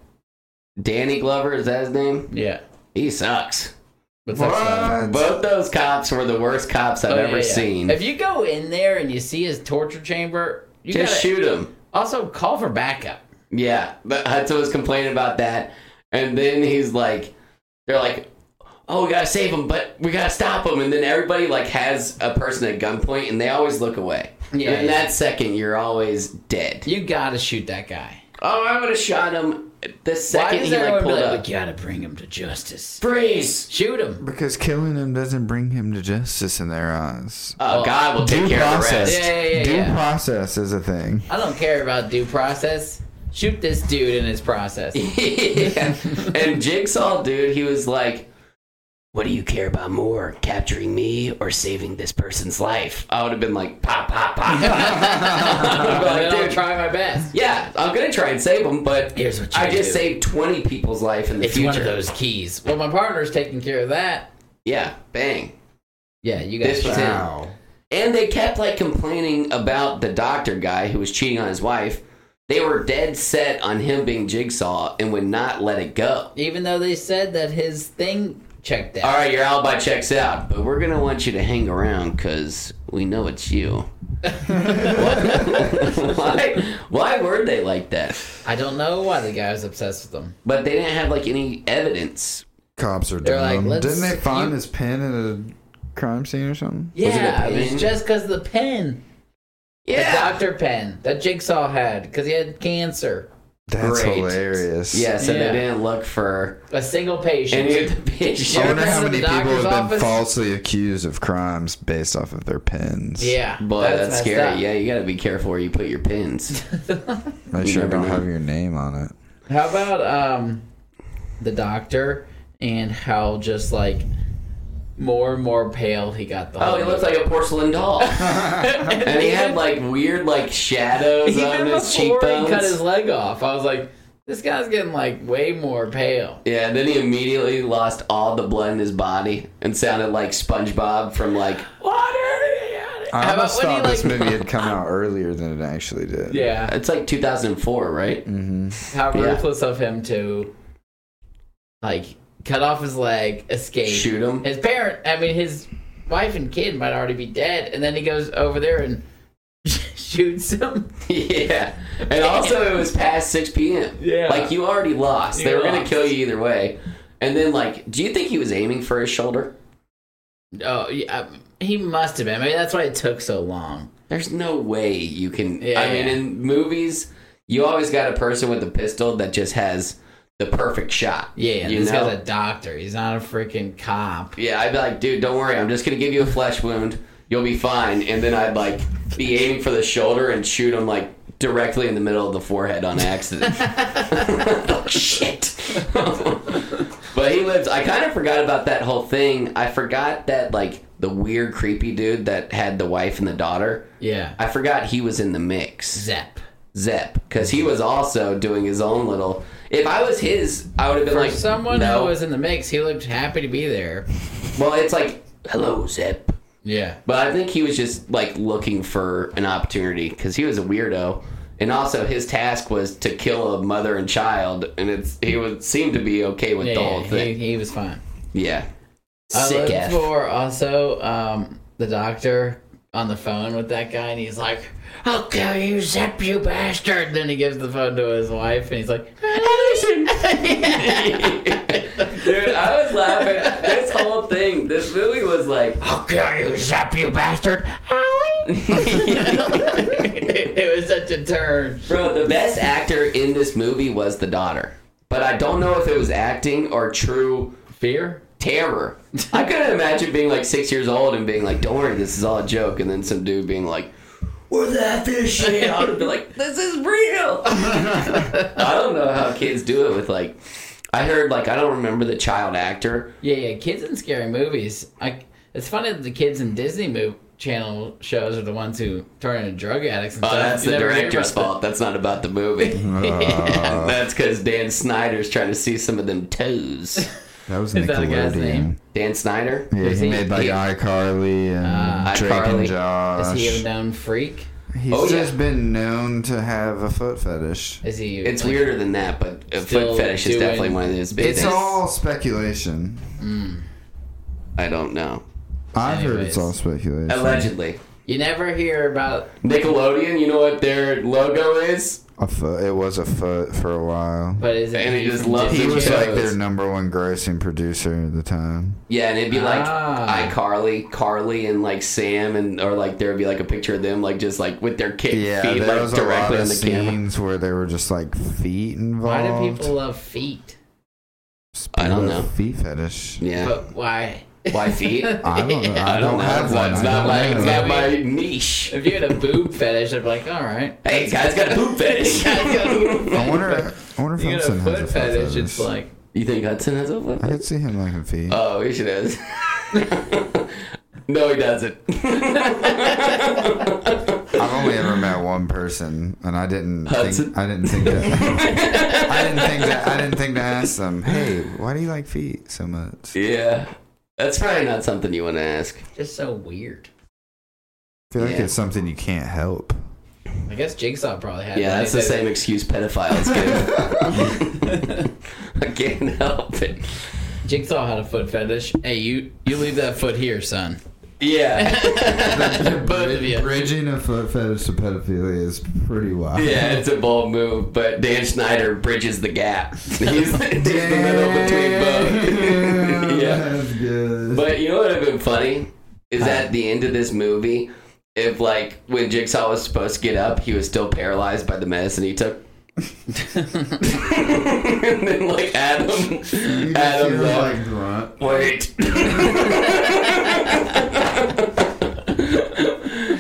S1: Danny Glover, is that his name?
S2: Yeah.
S1: He sucks.
S2: What's that stuff?
S1: Both those cops were the worst cops I've
S2: Oh, yeah,
S1: ever
S2: yeah.
S1: seen.
S2: If you go in there and you see his torture chamber, you
S1: Just
S2: gotta
S1: shoot him.
S2: also call for backup.
S1: Yeah, but Hudson was complaining about that. And then he's like, they're like, oh, we gotta save him, but we gotta stop him. And then everybody like has a person at gunpoint and they always look away.
S2: Yeah,
S1: and in
S2: yeah.
S1: that second, you're always dead.
S2: You gotta shoot that guy.
S1: Oh, I would have shot him the
S2: Why
S1: second
S2: does
S1: he like
S2: everyone be
S1: pulled
S2: like,
S1: up.
S2: we gotta bring him to justice?
S1: Freeze!
S2: Shoot him.
S3: Because killing him doesn't bring him to justice in their eyes.
S1: Oh,
S2: Oh,
S1: God will take care of the rest.
S2: Yeah, yeah, yeah,
S3: Due
S2: yeah.
S3: process is a thing.
S2: I don't care about due process. shoot this dude in his process.
S1: yeah. And Jigsaw, dude, he was like, What do you care about more, capturing me or saving this person's life? I would have been like, Pop, pop, pop.
S2: But
S1: Like,
S2: I'll
S1: dude,
S2: try my best.
S1: yeah, I'm going to try and save him, but
S2: Here's what you
S1: I just
S2: do.
S1: saved 20 people's life in the
S2: It's
S1: future.
S2: one of those keys. Well, my partner's taking care of that.
S1: Yeah, bang.
S2: Yeah, you guys.
S1: This was
S2: try.
S1: him. And they kept like complaining about the doctor guy who was cheating on his wife. They were dead set on him being Jigsaw and would not let it go.
S2: Even though they said that his thing checked
S1: All
S2: out.
S1: right, your alibi checks out, but we're gonna want you to hang around because we know it's you. why? Why were they like that?
S2: I don't know why the guy was obsessed with them.
S1: But they didn't have like any evidence.
S3: Cops are
S2: They're like,
S3: dumb.
S2: "Let's-
S3: Didn't they find
S2: you-
S3: his pen at a crime scene or something?
S1: Was it a
S2: Yeah, it
S1: pen?
S2: was just because the pen, the
S1: Yeah.
S2: doctor pen that Jigsaw had, because he had cancer.
S3: That's
S1: Great.
S3: hilarious.
S1: Yes, and
S2: Yeah.
S1: they didn't look for
S2: A single patient.
S1: any of the
S3: I
S1: pictures.
S3: wonder
S2: Remember
S3: how
S2: the
S3: many people
S2: doctor's
S3: have been
S2: office?
S3: falsely accused of crimes based off of their pens.
S2: yeah,
S1: Boy, that's,
S2: messed
S1: scary.
S2: up.
S1: Yeah, you gotta be careful where you put your pins.
S3: Make
S1: You
S3: sure I
S1: never
S3: don't
S1: know.
S3: have your name on it.
S2: How about um, the doctor and how just like more and more pale he got the
S1: Oh,
S2: whole
S1: he looked like a porcelain doll, and he had like weird like shadows on
S2: even
S1: his
S2: before
S1: cheekbones.
S2: he cut his leg off, I was like, this guy's getting like way more pale.
S1: Yeah, and then he immediately lost all the blood in his body and sounded like SpongeBob from like
S2: Water.
S3: I
S2: How about
S3: almost
S2: when he,
S3: thought this
S2: like-
S3: movie had come out earlier than it actually did.
S2: Yeah,
S1: it's like 2004, right?
S2: Mm-hmm. how
S1: Yeah.
S2: ruthless of him to like cut off his leg, escape,
S1: Shoot him.
S2: His parent, I mean, his wife and kid might already be dead, and then he goes over there and shoots him.
S1: yeah, and also it was past 6 p.m.
S2: Yeah.
S1: like you already lost. they
S2: You
S1: were gonna
S2: lost.
S1: kill you either way. And then like, do you think he was aiming for his shoulder?
S2: Oh, yeah, um, he must have been. Maybe that's why it took so long.
S1: There's no way you can. I
S2: Yeah.
S1: mean, in movies, you always got a person with a pistol that just has the perfect shot.
S2: Yeah,
S1: you
S2: this
S1: know?
S2: guy's a doctor. He's not a freaking cop.
S1: Yeah, I'd be like, dude, don't worry. I'm just gonna give you a flesh wound. You'll be fine. And then I'd like be aiming for the shoulder and shoot him like directly in the middle of the forehead on accident. oh, shit. but he lives. I kind of forgot about that whole thing. I forgot that like the weird, creepy dude that had the wife and the daughter.
S2: Yeah,
S1: I forgot he was in the mix.
S2: Zep.
S1: Zep, because he was also doing his own little. If I was his, I would have been
S2: For
S1: like
S2: someone
S1: no.
S2: who was in the mix, he looked happy to be there.
S1: Well, it's like hello, Zep.
S2: Yeah.
S1: But I think he was just like looking for an opportunity because he was a weirdo, and also his task was to kill a mother and child, and it's he would seem to be okay with the
S2: Yeah,
S1: whole
S2: he,
S1: thing.
S2: he was fine.
S1: yeah,
S2: I
S1: sick
S2: looked
S1: F.
S2: for also um, the doctor on the phone with that guy, and he's like, "I'll kill you, Zep, you bastard!" Then he gives the phone to his wife, and he's like, "Allison."
S1: Dude, I was laughing. This whole thing, this movie was like,
S2: I'll kill you, Zep, you bastard! Allie. it was such a turn.
S1: Bro, the best actor in this movie was the daughter. But I don't know if it was acting or true
S2: Fear.
S1: terror. I couldn't imagine being like six years old and being like, don't worry, this is all a joke. And then some dude being like, we're laughing at shit. I would be like, this is real. I don't know how kids do it with like, I heard like, I don't remember the child actor.
S2: Yeah, yeah. Kids in scary movies. I, it's funny that the kids in Disney movie channel shows are the ones who turn into drug addicts. And
S1: Oh,
S2: stuff.
S1: that's
S2: Uh, You
S1: the
S2: never hear
S1: director's
S2: about
S1: fault. That's not about the movie. that's because Dan Snyder's trying to see some of them toes.
S3: That was
S2: Is that the
S3: Nickelodeon.
S2: guy's name?
S1: Dan Snyder?
S3: Yeah,
S2: Is
S3: he
S2: he-
S3: made like
S1: he-
S3: iCarly and Drake
S1: iCarly.
S3: and
S2: the- Is
S3: Josh.
S2: he a known freak?
S3: He's
S1: Oh, yeah.
S3: just been known to have a foot fetish.
S2: Is he?
S1: It's
S2: like,
S1: weirder than that, but a
S2: Still
S1: foot fetish is
S2: doing-
S1: definitely one of his big
S3: It's
S1: things.
S3: all speculation.
S1: I don't know.
S3: I've heard
S2: Anyways.
S3: it's all speculation.
S1: Allegedly.
S2: You never hear about.
S1: Nickelodeon, you know what their logo is?
S3: A foot. It was a foot for a while.
S2: But is it?
S1: And he
S2: you
S1: just
S2: from
S1: loves
S3: He
S2: Disney
S1: it.
S3: was
S1: Yeah.
S3: like their number one grossing producer at the time.
S1: Yeah, and it'd be like
S2: Ah.
S1: iCarly, Carly, and like Sam, and or like there would be like a picture of them, like just like with their kick
S3: Yeah,
S1: feet,
S3: there
S1: like
S3: was a lot
S1: directly
S3: of
S1: on the camera.
S3: scenes where there were just like feet
S2: Why
S3: involved.
S2: do people love feet?
S3: Just
S1: I don't
S3: people have
S1: know.
S3: Feet fetish.
S1: Yeah,
S2: But why?
S1: Why feet?
S3: I don't know. I,
S1: I don't,
S3: have
S1: know.
S3: one.
S1: It's
S3: I
S1: not
S3: don't
S1: my,
S3: know.
S1: it's not my niche.
S2: If you had a boob fetish, I'd be like, all right.
S1: Hey, this guy's got a poop fetish.
S3: I wonder. I wonder if
S2: You got a
S3: Hudson has a
S2: foot
S3: foot
S2: fetish,
S3: fetish.
S2: it's like Uh,
S1: you think Hudson has a poop
S3: I could see him liking feet.
S1: Oh, he should has. no, he doesn't.
S3: I've only ever met one person, and I didn't.
S1: Hudson?
S3: Think, I didn't think that. I didn't think that. I didn't think to ask them. Hey, why do you like feet so much? I
S1: yeah. That's probably not something you want to ask.
S2: just so weird.
S3: feel like
S1: Yeah.
S3: it's something you can't help.
S2: I guess Jigsaw probably had.
S1: Yeah,
S2: that.
S1: that's the same excuse pedophiles give. I can't help it.
S2: Jigsaw had a foot fetish. Hey, you you leave that foot here, son.
S1: Yeah.
S2: Both of you.
S3: Bridging a foot fetish to pedophilia is pretty wild.
S1: Yeah, it's a bold move, but Dan Schneider bridges the gap. He's, he's the middle between both. yeah.
S3: That's good.
S1: But you know what would have been funny? Is at the end of this movie, if like when Jigsaw was supposed to get up, he was still paralyzed by the medicine he took. and then like Adam,
S3: You just
S1: Adam's
S3: hear,
S1: like,
S3: like grunt.
S1: wait.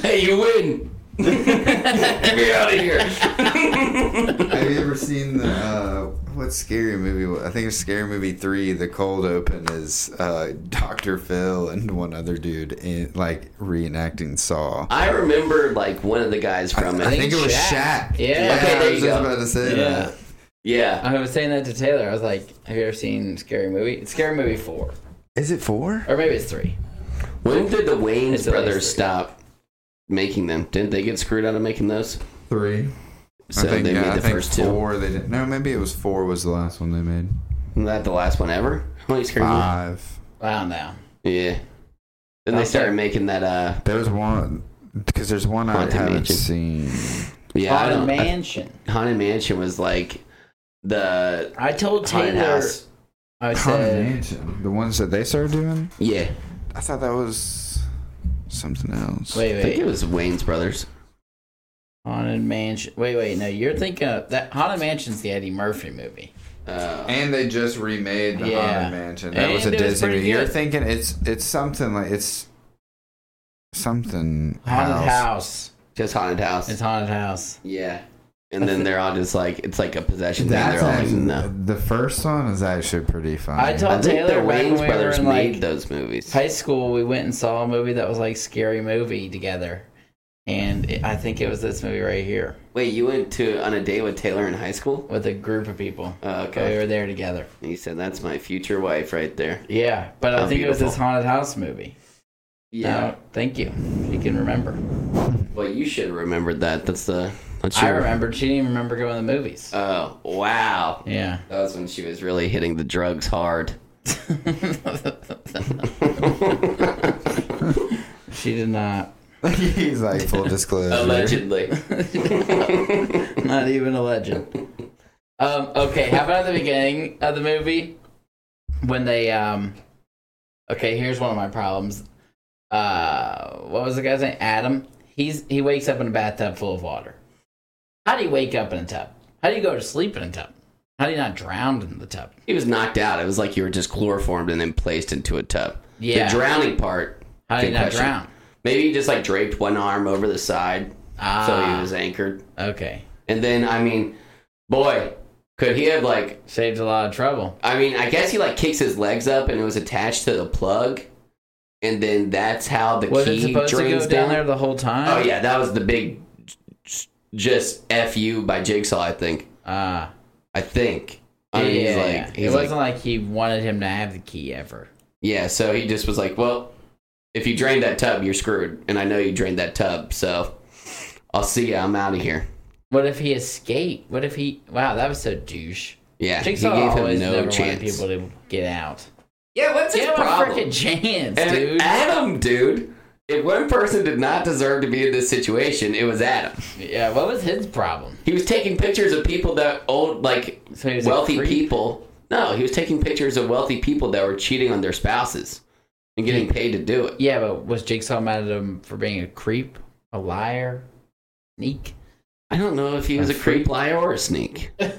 S1: hey, you win. Get me out of here.
S3: Have you ever seen the uh, what scary movie? I think it's Scary Movie Three. The cold open is uh, Doctor Phil and one other dude in, like reenacting Saw.
S1: I remember like one of the guys from
S3: I
S1: it.
S3: think it was
S2: Shaq.
S3: Shaq.
S2: Yeah.
S1: Okay, there
S3: I was
S1: you
S3: just
S1: go.
S3: about to say
S2: Yeah.
S3: that.
S1: Yeah.
S2: I was saying that to Taylor. I was like, "Have you ever seen Scary Movie? It's Scary Movie four,
S3: Is it four?
S2: or maybe it's three.
S1: When did the Wayne's
S2: It's at least
S1: brothers
S2: three.
S1: stop making them? Didn't they get screwed out of making those?
S3: Three.
S1: So
S3: I think,
S1: they
S3: yeah,
S1: made
S3: I
S1: the
S3: think
S1: first two.
S3: four. They didn't. No, maybe it was four. Was the last one they made?
S1: Isn't that the last one ever? How many scary movies?
S3: Five.
S2: I don't know.
S1: Yeah. Then they
S2: Okay.
S1: started making that. uh
S3: There was one because there's one
S1: Haunted
S3: I haven't
S1: Mansion.
S3: seen.
S1: Yeah, I
S2: Haunted
S1: don't. I-
S2: Mansion.
S1: Haunted Mansion was like the
S2: I told
S1: haunted
S2: Taylor.
S1: house.
S2: I
S3: Haunted
S2: said,
S3: Mansion. The ones that they started doing.
S1: Yeah,
S3: I thought that was something else.
S1: I
S2: "Wait,
S1: think
S2: wait,
S1: it was Wayne's brothers.
S2: Haunted Mansion. Wait, wait, no, you're thinking of that. Haunted Mansion's the Eddie Murphy movie.
S1: Uh,
S3: And they just remade the
S2: Yeah.
S3: Haunted Mansion. That
S2: And
S3: was a
S2: it was
S3: Disney.
S2: pretty
S3: movie. You're
S2: good.
S3: thinking it's it's something like it's something
S2: Haunted
S3: house.
S2: house.
S1: just haunted house.
S2: It's haunted house.
S1: yeah, and then they're all just like it's like a possession thing.
S3: That's
S1: They're all like,
S3: actually,
S1: no.
S3: the first one is actually pretty fun.
S2: I
S1: I
S2: told
S1: think the
S2: Taylor back
S1: Wayne's
S2: when we were
S1: brothers
S2: in
S1: made
S2: like
S1: those movies.
S2: high school, we went and saw a movie that was like scary movie together, and it, I think it was this movie right here
S1: Wait, you went to on a date with Taylor in high school?
S2: with a group of people.
S1: Uh,
S2: We
S1: okay.
S2: were there together.
S1: And he said, "That's my future wife right there."
S2: Yeah, but I
S1: Oh,
S2: think it was this
S1: beautiful.
S2: haunted house movie.
S1: Yeah.
S2: Now, thank you. You can remember.
S1: Well, you should have remembered that. That's the. That's
S2: I
S1: your,
S2: remembered. She didn't even remember going to the movies.
S1: Oh wow,
S2: yeah.
S1: that was when she was really hitting the drugs hard.
S2: she did not.
S3: He's like full disclosure.
S1: Allegedly.
S2: Not even a legend. Um, okay, how about at the beginning of the movie when they um okay, here's one of my problems. Uh what was the guy's name? Adam. He's he wakes up in a bathtub full of water. How do you wake up in a tub? How do you go to sleep in a tub? How do you not drown in the tub?
S1: he was knocked out. It was like you were just chloroformed and then placed into a tub.
S2: Yeah.
S1: The drowning part.
S2: How do you
S1: good
S2: not
S1: question.
S2: drown?
S1: Maybe he just like draped one arm over the side, so
S2: Ah,
S1: he was anchored.
S2: okay.
S1: And then, I mean, boy, could he have like?
S2: Saved a lot of trouble.
S1: I mean, I guess he like kicks his legs up and it was attached to the plug, and then that's how the
S2: Was it
S1: key
S2: supposed to go
S1: drains
S2: down,
S1: down
S2: there the whole time?
S1: Oh yeah, that was the big, j- just f you by Jigsaw. I think.
S2: Ah.
S1: I think. I mean,
S2: yeah,
S1: Oh, he's like,
S2: yeah.
S1: he's
S2: it
S1: like,
S2: wasn't like he wanted him to have the key ever.
S1: yeah. So he just was like, well, if you drain that tub, you're screwed, and I know you drained that tub, so I'll see ya. I'm out of here.
S2: What if he escaped? What if he? Wow, that was so douche.
S1: Yeah,
S2: Jigsaw
S1: he gave him
S2: always
S1: no
S2: never
S1: chance.
S2: wanted people to get out.
S1: yeah, what's his
S2: Give him a
S1: problem?
S2: freaking chance,
S1: And
S2: dude.
S1: Adam, dude. If one person did not deserve to be in this situation, it was Adam.
S2: yeah, what was his problem?
S1: He was taking pictures of people that old, like
S2: So he was a
S1: wealthy
S2: creep.
S1: people. No, he was taking pictures of wealthy people that were cheating on their spouses and getting paid to do it.
S2: Yeah, but was Jigsaw mad at him for being a creep, a liar, sneak?
S1: I don't know if he was a creep liar or a sneak. I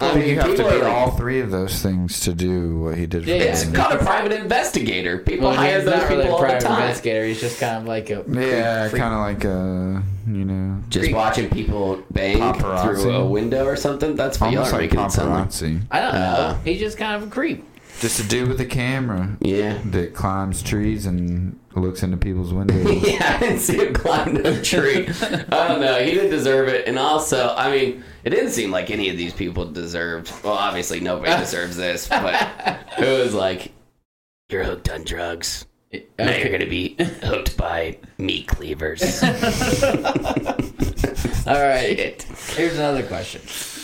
S3: I mean,
S1: mean,
S3: you have to
S1: people
S3: be
S1: are like-
S3: all three of those things to do what he did. For
S2: Yeah, yeah.
S1: It's
S3: Brandon.
S1: called a private investigator. People
S2: Well,
S1: hire
S2: he's
S1: those
S2: not
S1: people
S2: really a
S1: all the
S2: private
S1: time.
S2: investigator. He's just kind of like a
S3: yeah,
S2: creep-
S3: kind of like a you know,
S1: Just watching people bang
S3: Paparazzi.
S1: through a window or something. That's what y'all
S3: almost
S1: are
S3: like
S1: making it sound like.
S3: paparazzi.
S2: I don't know.
S1: Uh,
S2: he's just kind of a creep.
S3: Just a dude with a camera
S1: Yeah.
S3: that climbs trees and looks into people's windows.
S1: Yeah, I didn't see him climb no tree. I don't know. He didn't deserve it. And also, I mean, it didn't seem like any of these people deserved. Well, obviously, nobody deserves this, but it was like, you're hooked on drugs. Now you're going to be hooked by meat cleavers.
S2: All right. Here's another question.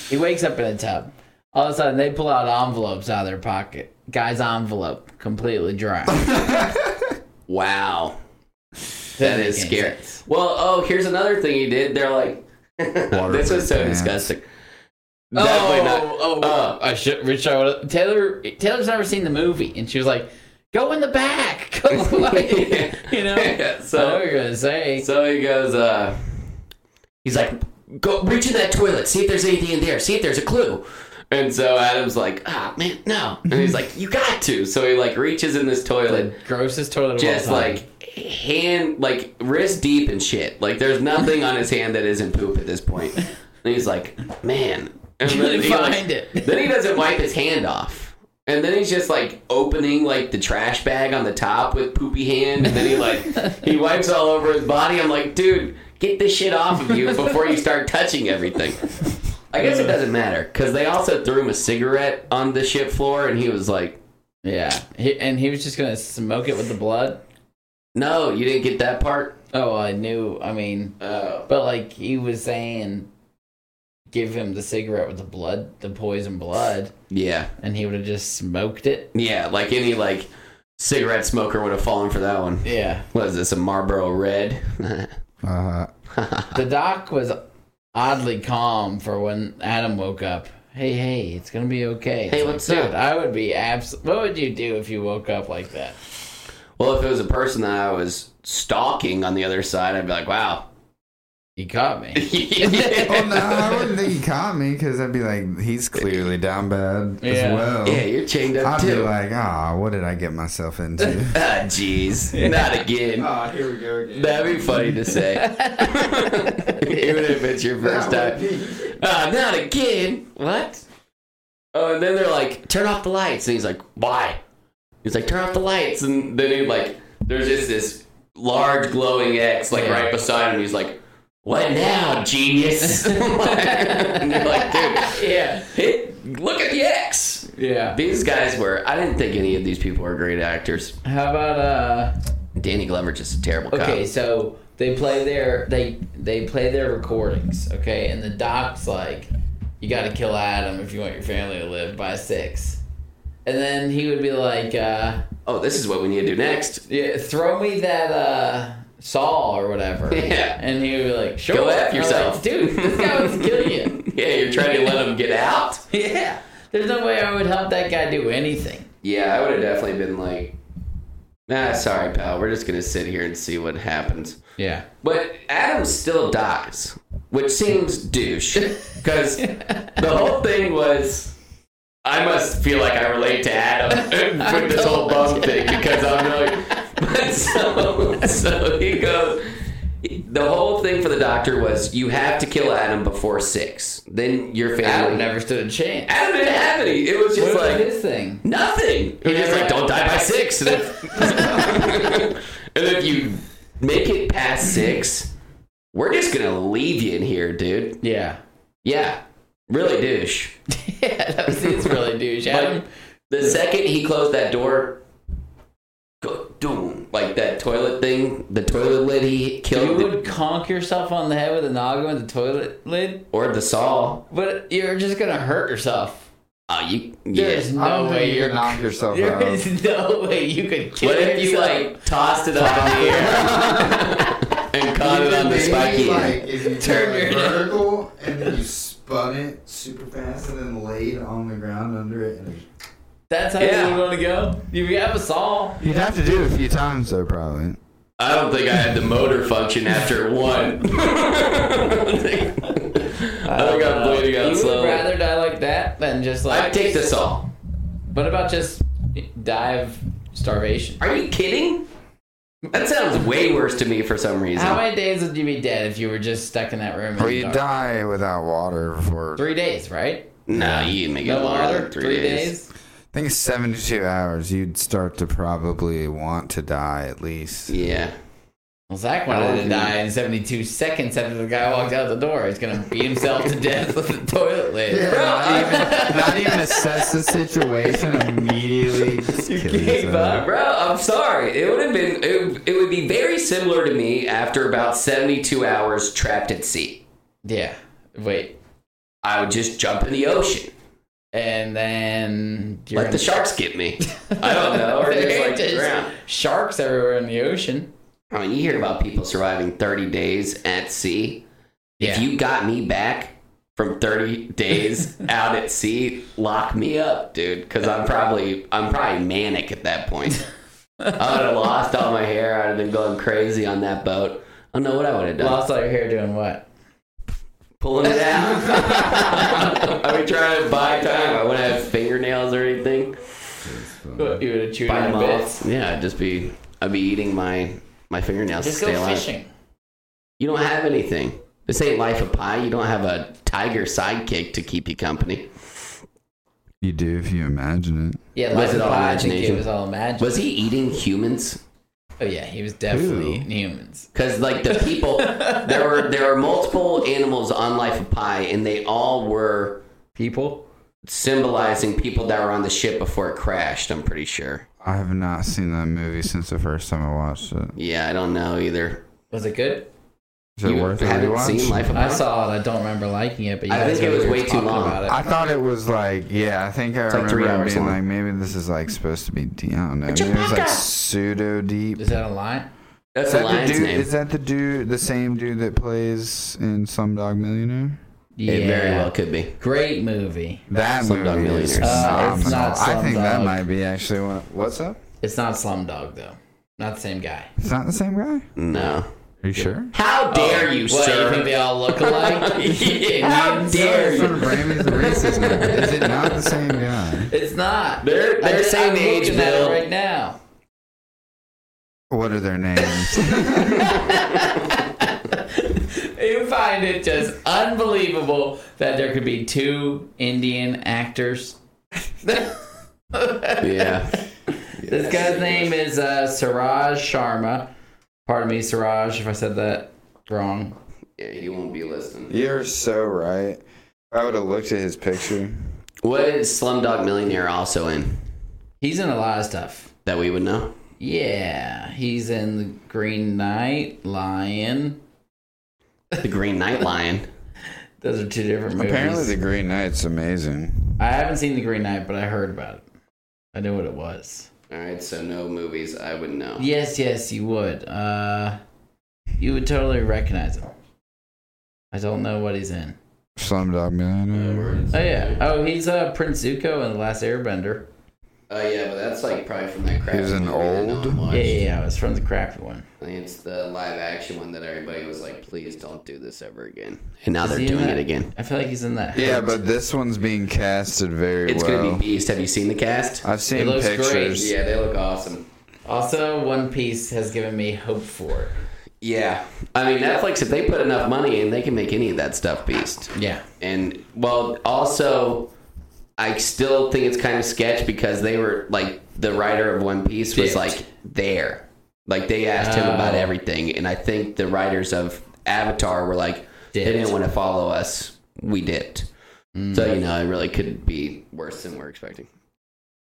S2: He wakes up in a tub. All of a sudden, they pull out envelopes out of their pocket. Guy's envelope completely dry.
S1: wow. That is
S2: Doesn't make
S1: scary.
S2: any sense.
S1: Well, oh, here's another thing he did. They're like,
S3: Water
S1: this
S3: for
S1: was so
S3: pants.
S1: disgusting.
S2: Oh,
S1: Definitely not.
S2: oh,
S1: Uh,
S2: I should. Rich showed up. Taylor. Taylor's never seen the movie, and she was like, "Go in the back. Go away." you know.
S1: Yeah, so-
S2: I know what you're gonna say.
S1: So he goes, uh, he's like, go reach in that toilet, see if there's anything in there, see if there's a clue. And so Adam's like, ah, man, no. And he's like, you got to. So he like reaches in this toilet,
S2: Grossest toilet.
S1: just
S2: of all time.
S1: like hand, like wrist deep and shit. Like there's nothing on his hand that isn't poop at this point. And he's like, man. And
S2: Couldn't
S1: he, like-
S2: find it.
S1: then he doesn't wipe his hand off. And then he's just like opening like the trash bag on the top with poopy hand, and then he like he wipes all over his body. I'm like, dude, get this shit off of you before you start touching everything. I guess it doesn't matter because they also threw him a cigarette on the ship floor, and he was like,
S2: Yeah, he, and he was just gonna smoke it with the blood.
S1: "No, you didn't get that part."
S2: Oh, I knew. I mean,
S1: Oh,
S2: but like he was saying, give him the cigarette with the blood, the poison blood,
S1: yeah,
S2: and he would have just smoked it.
S1: yeah. Like any like cigarette smoker would have fallen for that one.
S2: Yeah,
S1: What is this? A Marlboro Red?
S3: Uh,
S2: the doc was oddly calm for when Adam woke up. Hey, hey, it's gonna be okay.
S1: Hey,
S2: It's
S1: what's
S2: like,
S1: up?
S2: Dude, I would be abs. What would you do if you woke up like that?
S1: Well, if it was a person that I was stalking on the other side, I'd be like, wow.
S2: You caught me.
S1: yeah,
S3: oh no, I wouldn't think he caught me because I'd be like, he's clearly down bad
S2: Yeah.
S3: as well.
S1: you're chained up
S3: I'd be
S1: too.
S3: like, ah, what did I get myself into?
S1: ah, jeez. Not again.
S3: Ah, here we go again.
S1: That'd be funny to say. Even if it's your first
S3: That
S1: time. Ah, not again. What? Oh, and then they're like, turn off the lights. And he's like, why? He's like, turn off the lights. And then he like, there's just this large glowing X like
S2: Yeah.
S1: right beside him. He's like, what now, genius? and you're like, dude,
S2: yeah,
S1: hit, look at the X.
S2: yeah.
S1: These guys were. I didn't think any of these people were great actors.
S2: How about uh?
S1: Danny Glover just a terrible cop.
S2: Okay, so they play their they they play their recordings, okay, and the doc's like, you got to kill Adam if you want your family to live by six, and then he would be like, uh,
S1: Oh, this is what we need to do next.
S2: yeah, throw me that uh, saw or whatever,
S1: Yeah.
S2: and he would be like, sure,
S1: Go F
S2: And I was
S1: yourself.
S2: like, dude, this guy was killing you,
S1: Yeah, you're trying to let him get out.
S2: yeah. There's no way I would help that guy do anything.
S1: Yeah, I would have definitely been like, Nah, sorry, pal. We're just gonna sit here and see what happens.
S2: Yeah.
S1: But Adam still dies, which seems douche because the whole thing was. I must feel like I relate to Adam with this whole bum thing because I'm really. But so, so he goes. The whole thing for the doctor was you have to kill Adam before six. Then your family.
S2: Adam never stood a chance.
S1: Adam didn't have any. It was just
S2: What was
S1: like
S2: his thing?
S1: Nothing. He was just like, don't die by six. And if, and if you make it past six, we're just gonna leave you in here, dude.
S2: Yeah.
S1: Yeah, really douche.
S2: Yeah, that was his really douche. Adam.
S1: The second he closed that door, go doom, like that toilet thing, the toilet lid he
S2: You
S1: killed,
S2: would conk yourself on the head with a noggin with the toilet lid,
S1: or the saw.
S2: but you're just gonna hurt yourself.
S1: Oh, you
S2: There's
S1: yeah.
S2: no way
S3: you
S2: you're.
S3: knock yourself
S2: There
S3: out.
S2: is no way you could kill
S1: What if you
S2: yourself.
S1: like tossed it up in the air and caught it on the spiky end?
S3: if you
S2: Turn
S3: did,
S2: your-
S3: vertical and then you spun it super fast and then laid on the ground under it. And
S2: That's how
S1: Yeah.
S2: you want to go. If you have a saw,
S3: You'd have to do it a few times though, probably.
S1: I don't think I had the motor function after one. I think I'm bleeding
S2: you
S1: out
S2: would
S1: slowly.
S2: Uh, rather die like like that than just like.
S1: I'd take this all.
S2: What about just die of starvation?
S1: Are you kidding? That sounds way worse to me for some reason.
S2: How many days would you be dead if you were just stuck in that room? in
S3: Or
S2: the
S3: you
S2: dark?
S3: die without water for.
S2: Three days, right?
S1: no, you make it
S2: No
S1: longer
S2: water.
S1: than three, days.
S3: I think it's 72 hours. You'd start to probably want to die at least.
S1: Yeah.
S2: Well, Zach
S1: How
S2: wanted
S1: long
S2: to
S1: can you-
S2: die in 72 seconds after the guy walked out the door. He's gonna beat himself to death with the toilet lid.
S3: Not even, not even assess the situation immediately. Just
S2: You
S3: kill
S2: gave
S3: yourself.
S2: up.
S1: Bro, I'm sorry. It would have been. It, it would be very similar to me after about 72 hours trapped at sea.
S2: Yeah. Wait.
S1: I would just jump in the ocean,
S2: And then you're
S1: let
S2: in-
S1: the sharks get me. I don't know, or just like
S2: There's
S1: drown.
S2: sharks everywhere in the ocean.
S1: I mean, you hear about people surviving 30 days at sea. If you got me back from 30 days out at sea, lock me up, dude, because I'm probably I'm probably manic at that point. I would have lost all my hair. I'd have been going crazy on that boat. I don't know what I would have done.
S2: lost all your hair doing what?
S1: Pulling it out. I'd be trying to buy time. I wouldn't have fingernails or anything.
S2: You would have chewed
S1: Buy
S2: on
S1: them
S2: bits.
S1: off. Yeah, I'd just be I'd be eating my my fingernails.
S2: Just
S1: to
S2: go
S1: stay alive.
S2: fishing.
S1: You don't have anything. This ain't life of pie. You don't have a tiger sidekick to keep you company.
S3: You do if you imagine it.
S2: Yeah,
S1: Was
S2: life
S1: it
S2: of
S1: all
S2: Pi, I think it
S1: imagination?
S2: was all imagined.
S1: Was he eating humans?
S2: oh yeah, he was definitely
S3: Who?
S2: eating humans.
S1: Because like the people, there were there were multiple animals on Life of Pi, and they all were
S2: People.
S1: symbolizing people that were on the ship before it crashed. I'm pretty sure.
S3: I have not seen that movie since the first time I watched it.
S1: Yeah, I don't know either.
S2: Was it good?
S3: Is it
S1: you
S3: worth a
S1: haven't
S3: rewatch?
S1: seen Life of Pi?
S2: I saw it. I don't remember liking it, but you
S1: Uh-huh. I
S2: guys
S1: think it was
S2: were
S1: way too
S2: talking
S1: long.
S2: About it.
S3: I thought it was like, yeah, I think I
S1: like
S3: remember
S1: three
S3: it
S1: hours
S3: being
S1: long.
S3: like, maybe this is like supposed to be, I don't know, maybe it was like pseudo deep.
S2: Is that a line?
S1: That's
S3: Is
S1: the
S3: that, the
S1: lion's
S3: dude,
S1: name.
S3: is that the dude, the same dude that plays in Slumdog Millionaire?
S2: Yeah.
S1: It very well could be.
S2: Great movie.
S3: That
S1: Slumdog
S3: movie is
S1: Millionaire.
S2: Uh, it's
S3: phenomenal.
S2: not
S3: I think that
S2: Slumdog.
S3: might be actually one. What's up?
S2: It's not Slumdog though. Not the same guy.
S3: It's not the same guy.
S1: No.
S3: Are you sure?
S1: How dare you,
S2: Oh, What,
S1: sir?
S2: You think they all look alike?
S1: How
S2: Indians?
S1: dare you?
S3: Brammy's the racist. man. Is it not the same guy?
S2: It's not.
S1: They're-
S2: I
S1: they're
S2: just-
S1: same
S2: I'm
S1: age,
S2: looking at it
S1: Bill.
S2: Right now.
S3: What are their names?
S2: You find it just unbelievable that there could be two Indian actors.
S1: yeah.
S2: This guy's name is uh, Siraj Sharma. Pardon me, Siraj, if I said that wrong.
S1: Yeah, he won't be listening.
S3: You're so right. I would have looked at his picture.
S1: What is Slumdog Millionaire also in
S2: He's in a lot of stuff.
S1: that we would know?
S2: Yeah, he's in The Green Knight, Lion.
S1: The Green Knight Lion.
S2: Those are two different movies.
S3: Apparently, The Green Knight's amazing.
S2: I haven't seen The Green Knight, but I heard about it. I knew what it was.
S1: All right, so no movies I would know.
S2: Yes, yes, you would. Uh, you would totally recognize him. I don't know what he's in.
S3: Slumdog Millionaire.
S2: Oh yeah. Oh, he's uh Prince Zuko in the Last Airbender.
S1: Oh yeah, but that's like probably from that crap.
S3: He was an old-
S2: Yeah, yeah, yeah. It was from the crappy one.
S1: It's the live action one that everybody was like, "Please don't do this ever again." And now
S2: he
S1: they're
S2: in
S1: doing
S2: that?
S1: it again.
S2: I feel like he's in that.
S3: Yeah, but this one's being casted very
S1: It's
S3: well.
S1: gonna be Beast. Have you seen the cast?
S3: I've
S2: It
S3: seen
S2: looks great.
S3: pictures.
S1: Yeah, they look awesome.
S2: Also, One Piece has given me hope for it.
S1: Yeah, I mean Netflix. If they put enough money in, they can make any of that stuff Beast.
S2: Yeah.
S1: and well also i still think it's kind of sketch because they were like the writer of one piece was
S2: Dipped.
S1: like there like they asked him about
S2: Oh.
S1: everything and i think the writers of avatar were like they
S2: Dipped. Hmm.
S1: didn't want to follow us we dipped
S2: Mm.
S1: so you know it really could be worse than we're expecting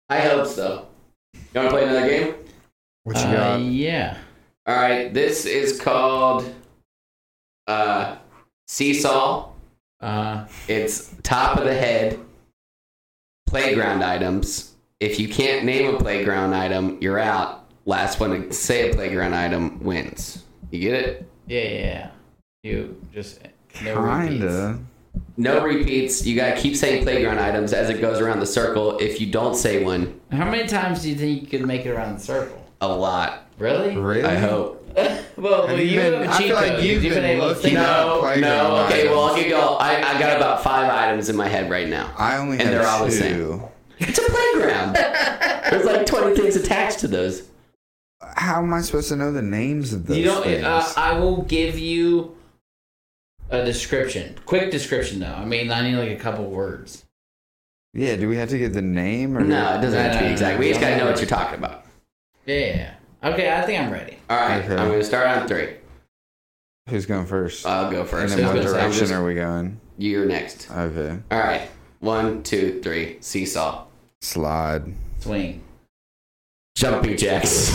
S1: i hope so you want to play another game
S3: What you
S2: Uh,
S3: got?
S2: yeah.
S1: all right this is called uh seesaw
S2: Uh,
S1: It's top of the head, playground items. If you can't name a playground item, you're out. Last one to say a playground item wins. You get it?
S2: yeah, yeah, yeah. You just no repeats.
S3: Kinda.
S1: No repeats. You gotta keep saying playground items as it goes around the circle. If you don't say one,
S2: How many times do you think you could make it around the circle?
S1: a lot.
S2: Really?
S3: Really?
S1: I hope.
S2: Well,
S3: Have
S2: well,
S3: you
S2: you
S3: been-
S2: have
S3: I
S2: a cheat
S3: feel like
S2: code.
S3: you've
S2: You've been
S3: been
S2: able to
S3: looking
S2: think
S3: up.
S1: No,
S3: Playground
S1: no. Okay, well, I'll
S2: items.
S1: give y'all. I, I got about five items in my head right now.
S3: I only
S1: And
S3: have
S1: they're all the
S3: two.
S1: same. It's a playground. There's like 20 things attached to those.
S3: How am I supposed to know the names of those
S2: You don't.
S3: things?
S2: Uh, I will give you a description. Quick description, though. I mean, I need like a couple words.
S3: yeah, do we have to get the name? Or
S1: No, it doesn't have to be
S2: No,
S1: exact.
S2: no,
S1: We just
S2: no,
S1: gotta
S2: no.
S1: know what you're talking about.
S2: Yeah. Okay, I think I'm ready.
S1: All right,
S3: Okay.
S1: I'm gonna start on three.
S3: Who's going first?
S1: I'll go first.
S3: and in
S2: I
S3: what
S2: was Uh, gonna say, I'm
S3: direction
S1: just-
S3: are we going?
S1: You're next.
S3: Okay.
S1: All right, one, two, three. Seesaw.
S3: Slide.
S2: Swing.
S1: Jumping jacks.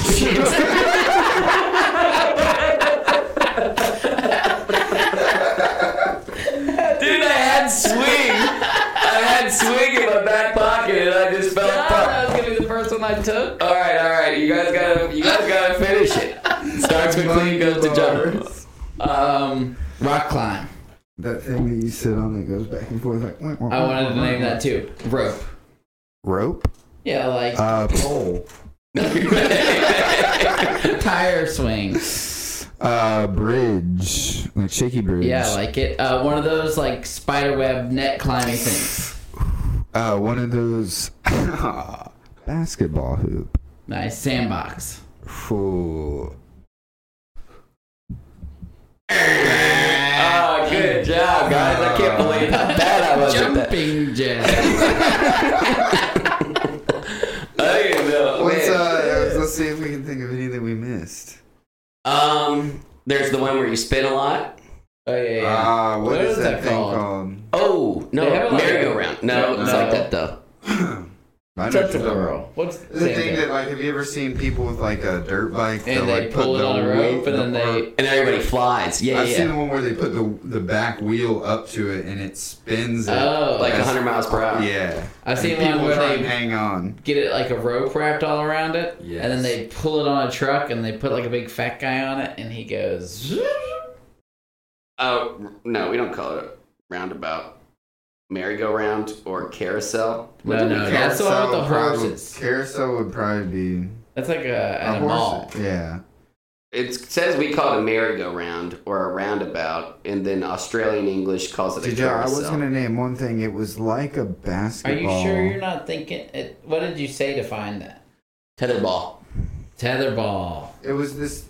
S1: Dude, I had swing. I had swing in my back pocket, and I just felt. fucked.
S2: gonna be the first one I took.
S1: All right, all right. You guys gotta, you guys gotta finish it. Starts with clean, goes to jump.
S2: Um, rock climb.
S3: That thing that you sit on that goes back and forth like.
S2: I wanted to name that too. Rope.
S3: Rope.
S2: Yeah, like
S3: Uh, pole.
S2: tire swing.
S3: Uh, bridge. Like shaky bridge.
S2: Yeah, like it. Uh, one of those like spider web net climbing things.
S3: Uh, one of those basketball hoop.
S2: Nice sandbox.
S3: Ooh.
S1: Oh, good job, guys! I can't believe how bad I was at that.
S2: Jumping jack.
S1: I didn't know.
S3: Let's,
S1: man.
S3: uh, let's see if we can think of any that we missed.
S1: Um, there's the one where you spin a lot.
S2: Oh yeah. yeah.
S3: Ah,
S2: What is that called?
S1: Oh no,
S2: They have a lot of-
S1: merry-go-round. No,
S2: No.
S1: it's like that though.
S3: I know what you're
S2: Tentacle
S3: talking about.
S2: roll. What's
S3: The thing that, like, have you ever seen people with like a dirt bike? that,
S2: and they
S3: like, put
S2: pull it
S3: the
S2: on a
S3: wheel-
S2: rope and then they.
S3: or-
S1: And everybody flies. Yeah,
S3: I've
S1: yeah.
S3: seen the one where they put the the back wheel up to it and it spins. It.
S2: Oh,
S1: like
S2: like
S1: 100 miles per hour.
S3: yeah.
S2: I've seen
S3: And people
S2: one where
S3: try
S2: they
S3: and hang on.
S2: get it like a rope wrapped all around it,
S3: Yes.
S2: and then they pull it on a truck and they put like a big fat guy on it, and he goes.
S1: Oh no, we don't call it a roundabout. Merry-go-round or carousel.
S2: No, no, that's the one with the
S3: probably-
S2: horses.
S3: Carousel would probably be
S2: That's like a,
S3: a
S2: at a
S3: horse.
S2: mall.
S3: Yeah.
S1: It says we call it a merry-go-round or a roundabout, and then Australian English calls it a
S3: Did you I
S1: carousel.
S3: was gonna name one thing. It was like
S2: Are
S3: a
S2: you
S3: basketball.
S2: sure you're not thinking? It, what did you say to find that?
S1: Tetherball.
S2: Tetherball.
S3: It was this.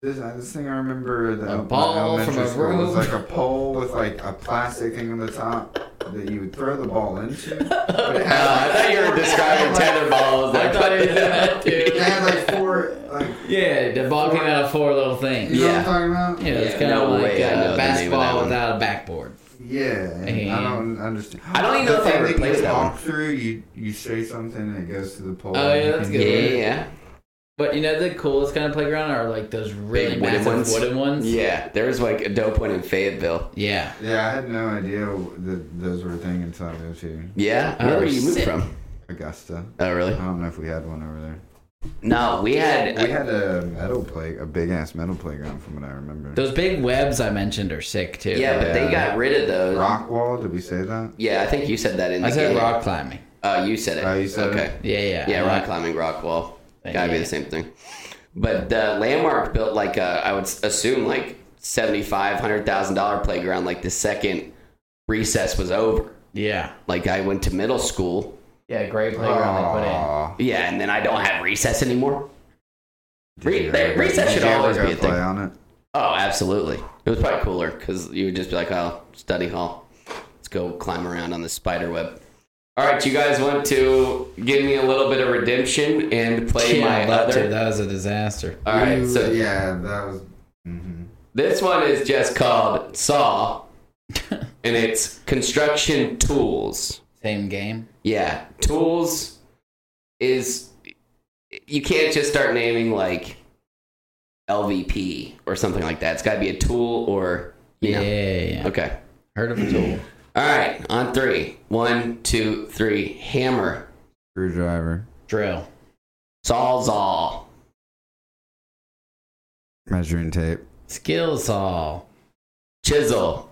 S3: This, uh, this thing I remember that
S2: A
S3: my
S2: ball
S3: elementary
S2: from a
S3: school was
S2: room.
S3: like a pole with like a plastic thing on the top that you would throw the ball into. But it
S1: Oh, I
S3: had,
S1: thought you were describing tetherball. as
S2: I
S1: like,
S2: thought
S1: what
S2: it was
S1: the-
S2: that
S3: it
S2: too.
S3: had like four. Like,
S2: Yeah, the ball came out of four little
S3: you
S2: things.
S3: know
S1: Yeah.
S3: what I'm talking about?
S2: Yeah, it's
S1: Yeah,
S2: kind
S1: no
S2: of like
S1: way I know the name
S2: uh,
S1: of that
S2: basketball
S1: one.
S2: without a backboard.
S3: Yeah. and I don't understand.
S1: I don't even know if I
S3: thing
S1: ever
S3: that
S1: played
S3: you
S1: that
S3: walk through, you you say something and it goes to the pole.
S2: Oh,
S3: and
S2: yeah,
S3: you
S2: that's
S3: can
S1: Yeah,
S2: good.
S3: do
S1: yeah,
S3: it.
S1: yeah.
S2: But you know the coolest kind of playground are like those really
S1: Big wooden
S2: massive
S1: ones.
S2: wooden ones.
S1: Yeah, there was like a dope one in Fayetteville.
S2: Yeah.
S3: Yeah, I had no idea that those were a thing until I moved here,
S1: Yeah,
S2: Oh,
S1: where were you moved
S2: sick.
S1: from?
S3: Augusta.
S1: Oh, really?
S3: I don't know if we had one over there.
S1: No, we had.
S3: We had a metal play, a big ass metal playground, from what I remember.
S2: Those big webs I mentioned are sick too.
S1: yeah, but they
S3: Yeah.
S1: got rid of those.
S3: Rock wall? Did we say that?
S1: Yeah, I think you said that in the
S2: I said
S1: game.
S2: rock climbing.
S1: Oh, you said it.
S3: Oh, you said
S1: okay.
S3: it.
S2: Yeah, yeah.
S1: Yeah,
S2: I'm
S1: rock
S2: not-
S1: climbing, rock wall. Gotta be
S2: Yeah.
S1: the same thing. But the landmark built like a, I would s- assume like seventy five hundred thousand dollar playground. Like the second recess was over.
S2: Yeah.
S1: Like I went to middle school.
S2: Yeah, great playground they put in.
S3: Aw.
S1: Yeah, and then I don't have recess anymore.
S3: Did
S1: Re-
S3: you
S1: they-
S3: ever-
S1: recess
S3: did
S1: should
S3: you ever
S1: always
S3: go
S1: be a
S3: play
S1: thing.
S3: on it?
S1: Oh, absolutely. It was probably cooler because you would just be like, "Oh, study hall. Let's go climb around on the spider web." All right, you guys want to give me a little bit of redemption and play
S2: Yeah,
S1: my
S2: I'd love
S1: other?
S2: to. That was a disaster.
S1: All right,
S3: You-
S1: so
S3: yeah, that was. mhm.
S1: This one is just called Saw, and it's construction tools.
S2: Same game.
S1: Yeah, tools is you can't just start naming like LVP or something like that. It's got to be a tool or you
S2: Yeah,
S1: know.
S2: yeah, yeah.
S1: Okay.
S2: Heard of a tool.
S1: All right, on three. One, two, three. Hammer,
S3: Screwdriver,
S2: Drill.
S1: sawzall,
S3: measuring tape,
S2: Skill saw.
S1: chisel,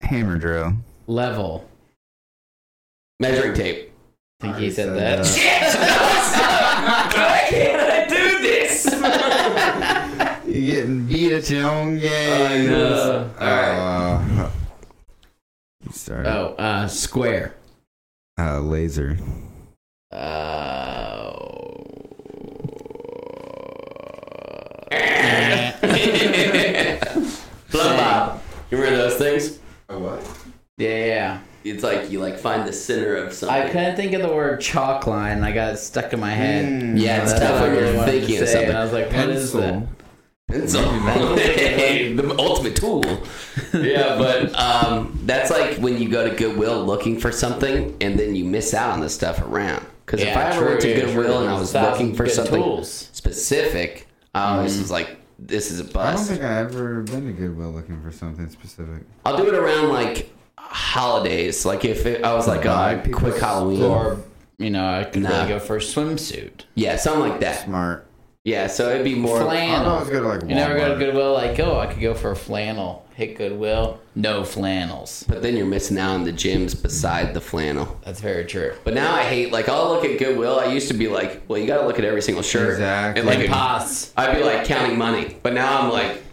S3: hammer drill.
S2: Level.
S1: measuring tape.
S2: I think
S3: I
S2: he
S3: already
S1: uh,
S2: said
S3: said
S2: that.
S3: that.
S1: Yes! Why can't I do this?
S3: getting beat at your own Uh, game.
S1: I know. All
S3: right. sorry.
S2: Oh, uh, square.
S3: Uh, laser.
S1: Blow Bob. You remember those things?
S3: A what?
S2: Yeah, yeah.
S1: It's like you like find the center of something.
S2: I couldn't think of the word chalk line. I got it stuck in my head.
S3: Mm.
S1: Yeah, it's
S2: That's
S1: tough
S2: what I
S1: when
S2: really
S1: you're
S2: wanted to
S1: thinking of
S2: say,
S1: something.
S2: And I was like, what is that?
S3: Pencil.
S1: It's all- the ultimate tool. yeah, but um, that's like when you go to Goodwill looking for something, and then you miss out on the stuff around. Because if
S2: Yeah,
S1: I ever went
S2: true,
S1: to
S2: yeah,
S1: Goodwill
S2: true.
S1: and I was
S2: Thousand
S1: looking for
S2: good
S1: something
S2: tools. Mm-hmm.
S1: specific, I always was like, "This is a
S3: I don't
S1: bust."
S3: think I've ever been to Goodwill looking for something specific.
S1: I'll do it around like holidays. Like if it, I was like,
S3: Buy
S1: "Oh,
S3: people's
S1: quick Halloween,"
S2: Or, you know, I could
S1: Nah.
S2: really go for a swimsuit.
S1: yeah, something like that.
S3: Smart.
S1: Yeah, so it'd be more.
S3: I
S2: Flannel.
S3: always go to like Walmart.
S2: You never go to Goodwill like, oh, I could go for a flannel. Hit Goodwill, no flannels.
S1: But then you're missing out on the gyms beside the flannel.
S2: That's very true.
S1: But now I hate like I'll look at Goodwill. I used to be like, well, you gotta look at every single shirt.
S3: Exactly.
S1: And like
S2: Pass.
S1: I'd be like counting money, but now I'm like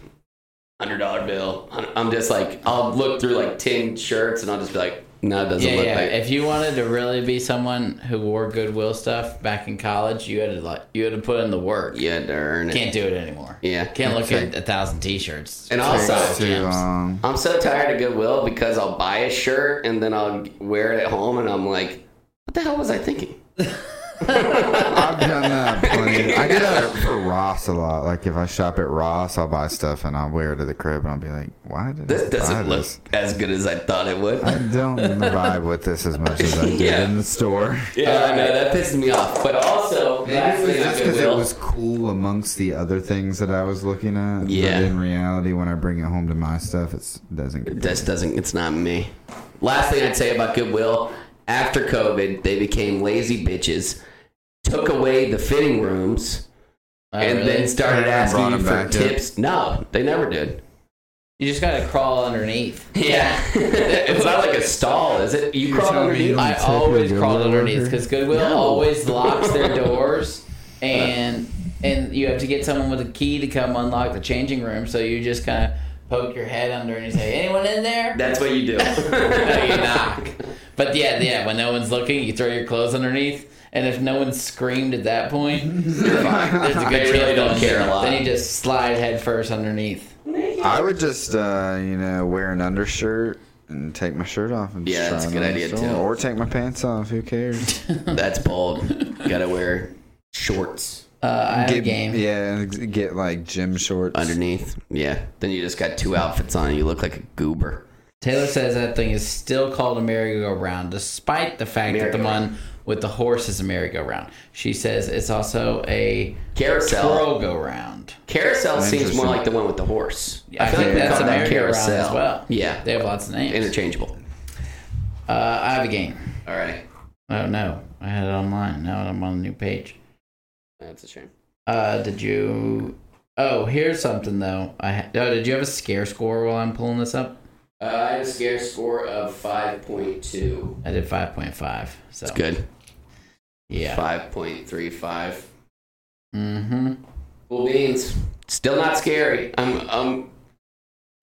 S1: hundred dollar bill. I'm I'm just like I'll look through like ten shirts and I'll just be like, no, it doesn't
S2: Yeah,
S1: look
S2: yeah.
S1: like.
S2: If you wanted to really be someone who wore Goodwill stuff back in college, you had to like, you had to put in the work.
S1: you had to earn it.
S2: Can't do it anymore.
S1: Yeah.
S2: Can't look
S3: Okay.
S2: at a thousand T-shirts.
S1: And
S3: Takes
S1: also- um,
S3: too um,
S2: Gyms.
S3: long.
S1: I'm so tired of Goodwill because I'll buy a shirt and then I'll wear it at home and I'm like, what the hell was I thinking?
S3: I've done that plenty. I do that for Ross a lot. Like if I shop at Ross, I'll buy stuff and I'll wear it to the crib and I'll be like, why did
S1: This
S3: I buy
S1: doesn't look
S3: this?
S1: as good as I thought it would.
S3: I don't vibe with this as much as I did
S1: Yeah.
S3: in the store.
S1: Yeah, I know Uh, that pisses me off. But also,
S3: Maybe it
S1: lastly,
S3: was
S1: on
S3: just because it
S1: Goodwill,
S3: was cool amongst the other things that I was looking at.
S1: Yeah.
S3: But in reality, when I bring it home to my stuff, it's, it doesn't get
S1: This doesn't. It's not me. Last thing I'd say about Goodwill: after COVID, they became lazy bitches, took away the fitting rooms,
S2: Oh,
S1: and
S2: really?
S1: then started
S3: Brought
S1: asking you
S3: them
S1: for
S3: back, yeah.
S1: tips. No, they never did.
S2: you just gotta crawl underneath.
S1: Yeah, it's not like a stall, is it? You crawl
S3: telling
S1: underneath.
S3: me you
S2: I
S3: Check your
S2: always crawled
S3: Goodwill
S2: underneath
S3: worker.
S2: because Goodwill
S1: No.
S2: always locks their doors, and and you have to get someone with a key to come unlock the changing room. So you just kind of poke your head under and you say, "Anyone in there?"
S1: That's what you do.
S2: No, you knock. But yeah, yeah. When no one's looking, you throw your clothes underneath, and if no one screamed at that point, you're fine. There's a good
S1: They
S2: chance
S1: really
S2: no
S1: don't
S2: one-
S1: care a lot.
S2: Then you just slide head first underneath.
S3: I would just, uh, you know, wear an undershirt and take my shirt off. And
S1: Yeah,
S3: just
S1: that's a
S3: try
S1: good
S3: it on
S1: idea,
S3: the
S1: too.
S3: store. Or take my pants off. Who cares?
S1: That's bold. Gotta wear shorts
S2: Uh, I have a
S3: Get-
S2: game.
S3: Yeah, and get like gym shorts.
S1: underneath. Yeah. Then you just got two outfits on. And you look like a goober.
S2: Taylor says that thing is still called a merry-go-round, despite the fact that the one with the horse is a merry-go-round. She says it's also a
S1: Carousel.
S2: twirl-go-round.
S1: Carousel seems more
S3: Interesting.
S1: like the one with the horse.
S2: I, think
S1: we
S2: that's
S1: call
S2: a
S1: that
S2: merry-go-round as well.
S1: Yeah,
S2: they have lots of names.
S1: interchangeable.
S2: Uh, I have a game.
S1: All right,
S2: Oh no, I had it online. Now I'm on a new page.
S1: that's a shame.
S2: Uh, did you? Oh, here's something though. I ha- oh, did you have a scare score while I'm pulling this up?
S1: Uh, I had a scare score of five point two.
S2: I did five point five. So
S1: That's good.
S2: yeah.
S1: Five point three five.
S2: Mm-hmm.
S1: Cool beans. Still not scary. I'm. Um.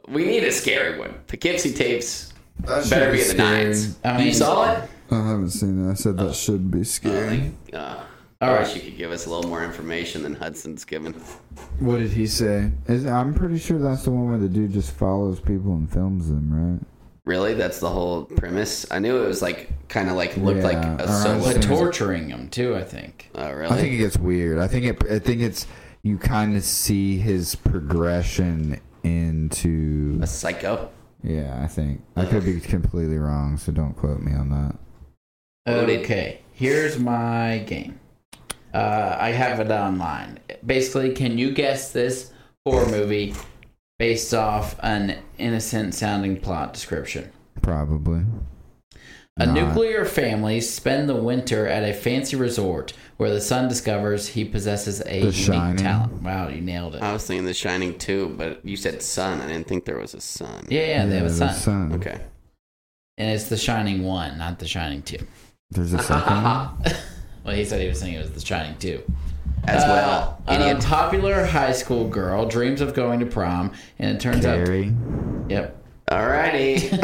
S1: We need a scary one. Poughkeepsie tapes
S3: That
S1: better
S3: should
S1: be in the
S3: scary.
S1: nines.
S2: I
S1: you
S2: mean-
S1: saw it?
S3: I haven't seen that. I said that should be scary.
S1: Uh,
S2: All
S1: I
S2: right.
S1: wish you could give us a little more information than Hudson's given.
S3: What did he say? Is, I'm pretty sure that's the one where the dude just follows people and films them, right?
S1: Really, that's the whole premise. I knew it was like kind of like looked
S3: Yeah,
S1: like a
S3: or I
S1: solo.
S2: But
S3: Seems-
S2: torturing him too, I think.
S1: Oh, really?
S3: I think it gets weird. I think it. I think it's you kind of see his progression into.
S1: a psycho.
S3: Yeah, I think I could be completely wrong, so don't quote me on that.
S1: Loaded.
S2: Okay, here's my game. Uh, I have it online. Basically, can you guess this horror movie based off an innocent sounding plot description?
S3: Probably.
S2: A
S3: Not.
S2: nuclear family spend the winter at a fancy resort where the son discovers he possesses a unique
S3: Shining.
S2: talent. Wow, you nailed it.
S1: I was thinking The Shining too, but you said sun. I didn't think there was a sun.
S2: yeah, yeah, they have a
S3: there's
S2: son.
S1: Okay.
S2: And it's The Shining 1, not The Shining 2.
S3: There's a second. one?
S2: Well, he said he was thinking it was The Shining 2.
S1: as well.
S2: An
S1: Oh, Idiot.
S2: unpopular high school girl dreams of going to prom, and it turns
S3: Carrie.
S2: out, yep.
S1: um, Alrighty.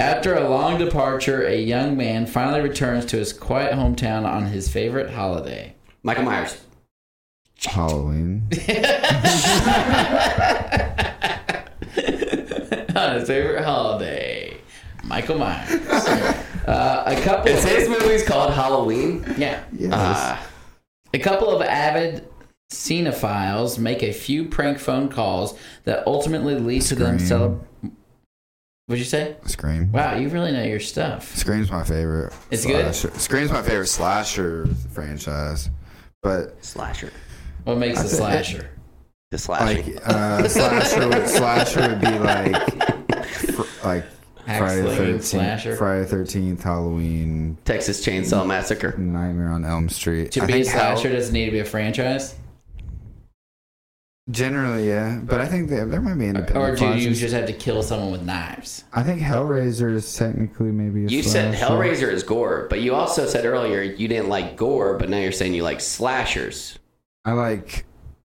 S2: After a long departure, a young man finally returns to his quiet hometown on his favorite holiday.
S1: Michael Myers.
S3: Halloween.
S2: on his favorite holiday, Michael Myers. uh, a couple.
S1: Is
S2: Of,
S1: his movies called Halloween?
S2: yeah.
S3: Yes.
S1: Uh,
S2: A couple of avid cinephiles make a few prank phone calls that ultimately lead to them
S3: Scream.
S2: celeb. What'd you say?
S3: Scream.
S2: Wow, you really know your stuff.
S3: Scream's my favorite.
S2: It's good?
S3: good. Scream's my favorite slasher franchise, but
S1: slasher.
S2: What makes a slasher?
S1: The slasher.
S3: like uh, slasher would slasher would be like fr- like
S2: Hack
S3: Friday the
S2: slinging slasher.
S3: Thirteenth, Friday the Thirteenth, Halloween,
S1: Texas Chainsaw Massacre.
S3: Nightmare on Elm Street.
S2: To
S3: I
S2: be a
S3: think Hall-
S2: slasher doesn't need to be a franchise,
S3: generally, yeah, but I think there, there might be independent.
S2: or do you
S3: slashes.
S2: just have to kill someone with knives?
S3: I think Hellraiser is technically maybe. A
S1: You said
S3: slasher.
S1: Hellraiser is gore, but you also said earlier you didn't like gore, but now you're saying you like slashers.
S3: I like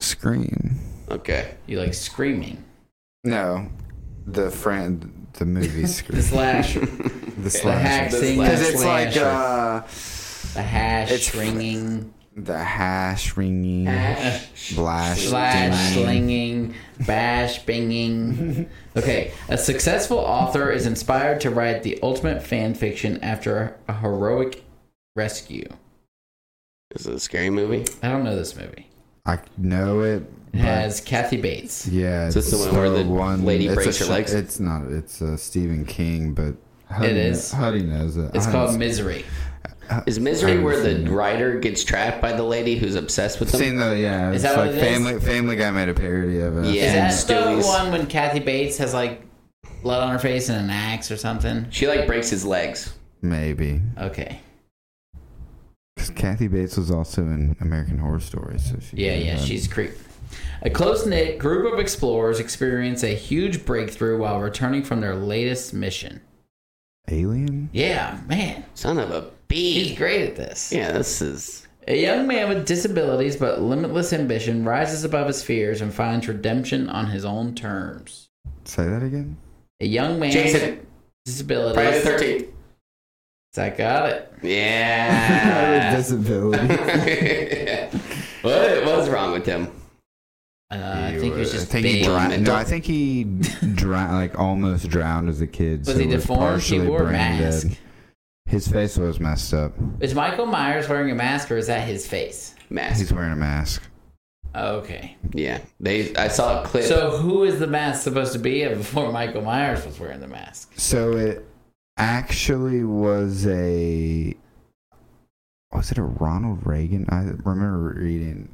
S3: Scream.
S1: Okay.
S2: You like screaming.
S3: No, the friend, the movie
S2: The
S3: Scream,
S2: slash,
S3: the
S2: the hack
S3: slasher.
S2: singing,
S3: Because it's like
S2: slasher.
S3: uh,
S2: the hash
S3: it's-
S2: ringing,
S3: the hash ringing, blash,
S2: slash
S3: dinging.
S2: slinging, bash binging. Okay, a successful author is inspired to write the ultimate fan fiction after a heroic rescue.
S1: Is it a scary movie?
S2: I don't know this movie.
S3: I know it.
S2: It has Kathy Bates.
S3: Yeah,
S1: So it's the one where the lady
S3: it's a
S1: breaks her
S3: sh-
S1: legs?
S3: It's not. It's uh, Stephen King, but Huddy
S2: It
S3: kn-
S2: is.
S3: Huddy knows it.
S2: It's
S3: I
S2: called
S3: haven't
S2: Misery.
S1: Is Misery
S3: I
S1: where
S3: haven't
S1: the
S3: seen it.
S1: writer gets trapped by the lady who's obsessed with him?
S3: Seen the yeah.
S2: Is
S3: It's
S2: that what
S3: like
S2: it is?
S3: Family Family Guy made a parody of it.
S1: Yeah.
S2: Is that the
S1: Stillie's-
S2: one when Kathy Bates has like blood on her face and an axe or something?
S1: She like breaks his legs.
S3: maybe.
S2: Okay.
S3: 'Cause Kathy Bates was also in American Horror Story, so she
S2: Yeah,
S3: did
S2: yeah,
S3: that.
S2: she's creep. A close knit group of explorers experience a huge breakthrough while returning from their latest mission.
S3: alien.
S2: Yeah, man,
S1: Son of a
S2: he's
S1: bee.
S2: great at this.
S1: Yeah, this is
S2: A young man with disabilities but limitless ambition rises above his fears and finds redemption on his own terms.
S3: Say that again.
S2: A young man
S1: Jason.
S2: with disabilities.
S1: Friday the 13th.
S2: I got it.
S1: Yeah.
S3: Disability.
S1: what was wrong with him?
S2: Uh, I think he was just
S3: I think
S2: big.
S3: he drowned.
S1: Mental.
S3: No, I think he drowned, like almost drowned as a kid.
S2: Was
S3: so
S2: he
S3: was
S2: deformed? He
S3: partially
S2: wore a
S3: brain dead.
S2: mask.
S3: His face was messed up.
S2: Is Michael Myers wearing a mask or is that his face?
S1: Mask.
S3: He's wearing a mask.
S2: Okay.
S1: Yeah. They I saw a clip.
S2: So who is the mask supposed to be of before Michael Myers was wearing the mask?
S3: So it actually was a was it a Ronald Reagan? I remember reading.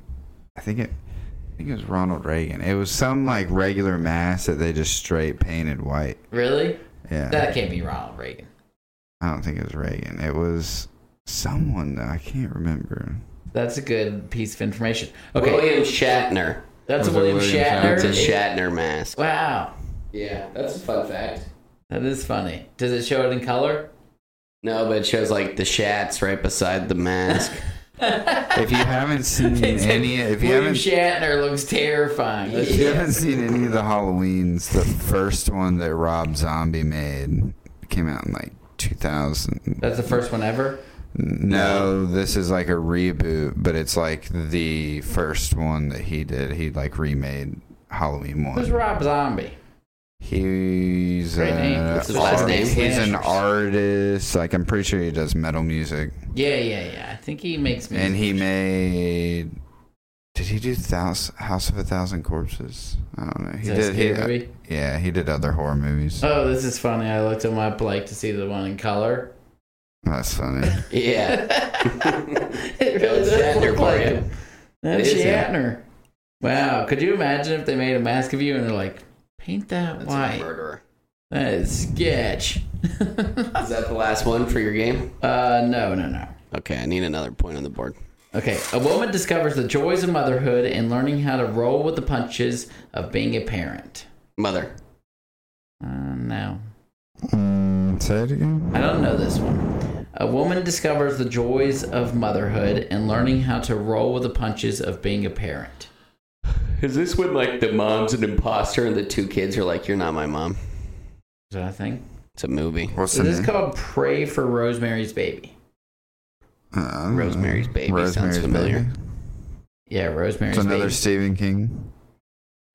S3: I think it. I think it was Ronald Reagan. It was some like regular mask that they just straight painted white.
S2: Really?
S3: Yeah,
S2: That can't be Ronald Reagan.
S3: I don't think it was Reagan. It was someone that I can't remember.
S2: That's a good piece of information. Okay,
S1: William Shatner.
S2: that's a
S3: Was it
S2: William,
S3: William
S2: Shatner.
S3: Shatner?
S1: It's a
S2: It-
S1: Shatner mask.
S2: Wow,
S1: Yeah, that's a fun fact.
S2: that is funny. Does it show it in color?
S1: No, but it shows like the shats right beside the mask.
S3: If you haven't seen any, if you
S2: William
S3: haven't
S2: Shatner looks terrifying.
S3: If you haven't seen any of the Halloweens, the first one that Rob Zombie made came out in like 2000.
S2: That's the first one ever.
S3: No, this is like a reboot, but it's like the first one that he did. He like remade Halloween
S2: Who's
S3: one.
S2: Rob Zombie?
S3: He's
S2: Great name.
S3: a
S2: What's
S1: his last
S3: art-
S1: name?
S3: He's an
S2: Slashers.
S3: artist. Like I'm pretty sure he does metal music,
S2: Yeah, yeah, yeah. I think he makes me.
S3: and he made. Did he do Thous House of a Thousand Corpses? I don't know. He
S2: Is that a
S3: did.
S2: scary
S3: He,
S2: movie?
S3: yeah, he did other horror movies.
S2: Oh, this is funny. I looked him up like to see the one in color.
S3: That's funny.
S1: yeah.
S2: It really
S1: That's
S2: does
S1: Shatner
S2: look
S1: for
S2: like
S1: you.
S2: him. That's
S1: It is him.
S2: Shatner. Wow, could you imagine if they made a mask of you and they're like, paint that
S1: That's a
S2: white?
S1: murderer.
S2: That is sketch.
S1: Is that the last one for your game?
S2: Uh, no, no, no.
S1: Okay, I need another point on the board.
S2: Okay, a woman discovers the joys of motherhood and learning how to roll with the punches of being a parent.
S1: Mother.
S2: Uh, no,
S3: Mm, say it again.
S2: I don't know this one. A woman discovers the joys of motherhood and learning how to roll with the punches of being a parent.
S1: Is this when like the mom's an imposter and the two kids are like, "You're not my mom."
S2: Is that a thing?
S1: It's a movie.
S3: What's
S2: So
S3: the
S2: this is
S3: name?
S2: called Pray for Rosemary's Baby.
S3: Uh, I don't know.
S1: Rosemary's Baby sounds familiar.
S3: Baby.
S2: Yeah, Rosemary's
S3: It's another
S2: Baby.
S3: Stephen King.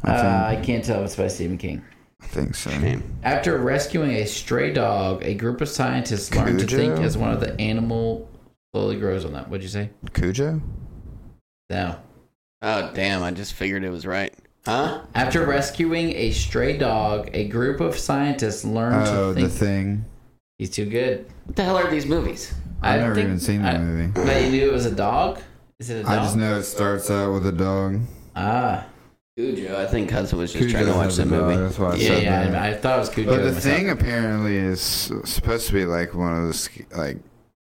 S3: I,
S2: uh, I
S3: think,
S2: can't tell if it's by Stephen King.
S3: I think so.
S1: Shame.
S2: After rescuing a stray dog, a group of scientists learned to
S3: Cujo?
S2: think as one of the animal slowly grows on that. What'd you say?
S3: Cujo?
S2: No.
S1: Oh damn! I just figured it was right. Huh?
S2: After rescuing a stray dog, a group of scientists learned
S3: Oh,
S2: to
S3: the
S2: think
S3: thing.
S2: he's too good.
S1: What the hell are these movies?
S2: I
S3: I've never
S2: think-
S3: even seen the
S2: I-
S3: movie.
S2: But you knew it was a dog? Is it a dog?
S3: I just know it starts out with a dog.
S2: Ah,
S1: Cujo. I think cousin was just
S3: Cujo
S1: trying to watch
S3: has
S1: the
S3: a dog,
S1: movie.
S3: That's why I
S2: yeah,
S3: said
S2: yeah.
S3: that.
S2: I, I thought it was Cujo.
S3: But the
S2: myself.
S3: thing apparently is supposed to be like one of the sc- like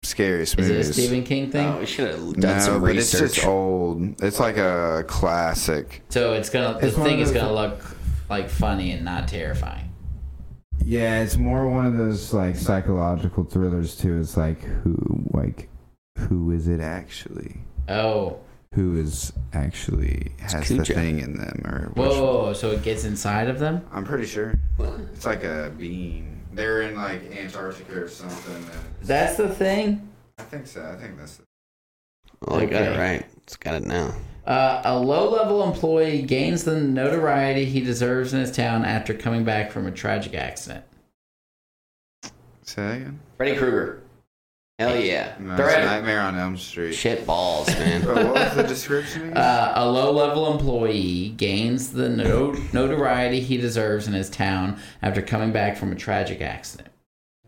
S3: scariest
S2: is it a
S3: movies.
S2: Stephen King thing?
S1: Oh, we should have done
S3: no,
S1: some
S3: but
S1: research.
S3: it's just old. It's like a classic.
S2: So it's gonna the
S3: It's one
S2: thing
S3: of
S2: is
S3: those-
S2: gonna look like funny and not terrifying.
S3: Yeah, it's more one of those like psychological thrillers too. It's like who like who is it actually?
S2: Oh,
S3: Who is actually has
S1: Cujo.
S3: the thing in them or
S2: whoa!
S3: which-
S2: whoa, whoa. So it gets inside of them.
S3: I'm pretty sure.
S1: What?
S3: It's like a bean. They're in like Antarctica or something. and-
S2: That's the thing.
S3: I think so. I think that's
S1: Well, Oh, I got it
S2: Okay.
S1: right. It's got it now.
S2: Uh, a low-level employee gains the notoriety he deserves in his town after coming back from a tragic accident.
S3: Say that again?
S1: Freddy Krueger. Hell yeah.
S3: No, it's
S1: Threat.
S3: Nightmare on Elm Street.
S1: Shit balls, man.
S3: But what was the description again?
S2: Uh, a low-level employee gains the no- notoriety he deserves in his town after coming back from a tragic accident.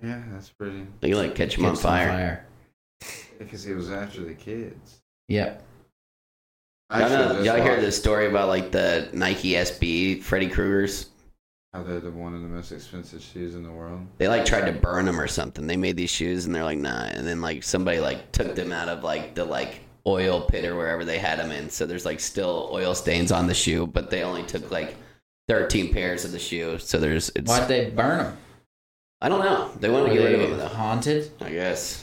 S3: yeah, that's pretty.
S1: they like catch him on
S2: Catch on
S1: fire.
S3: Because he was after the kids.
S2: Yep.
S1: Y'all, know-
S3: that's
S1: y'all hear
S3: why-
S1: this story about like the Nike SB Freddy Kruegers?
S3: How they're the one of the most expensive shoes in the world.
S1: They like tried to burn them or something. They made these shoes and they're like nah. And then like somebody like took them out of like the like oil pit or wherever they had them in. So there's like still oil stains on the shoe, but they only took like 13 pairs of the shoe. So there's it's
S2: Why'd they burn him?
S1: I don't know. They want to get rid of them though.
S2: haunted?
S1: I guess.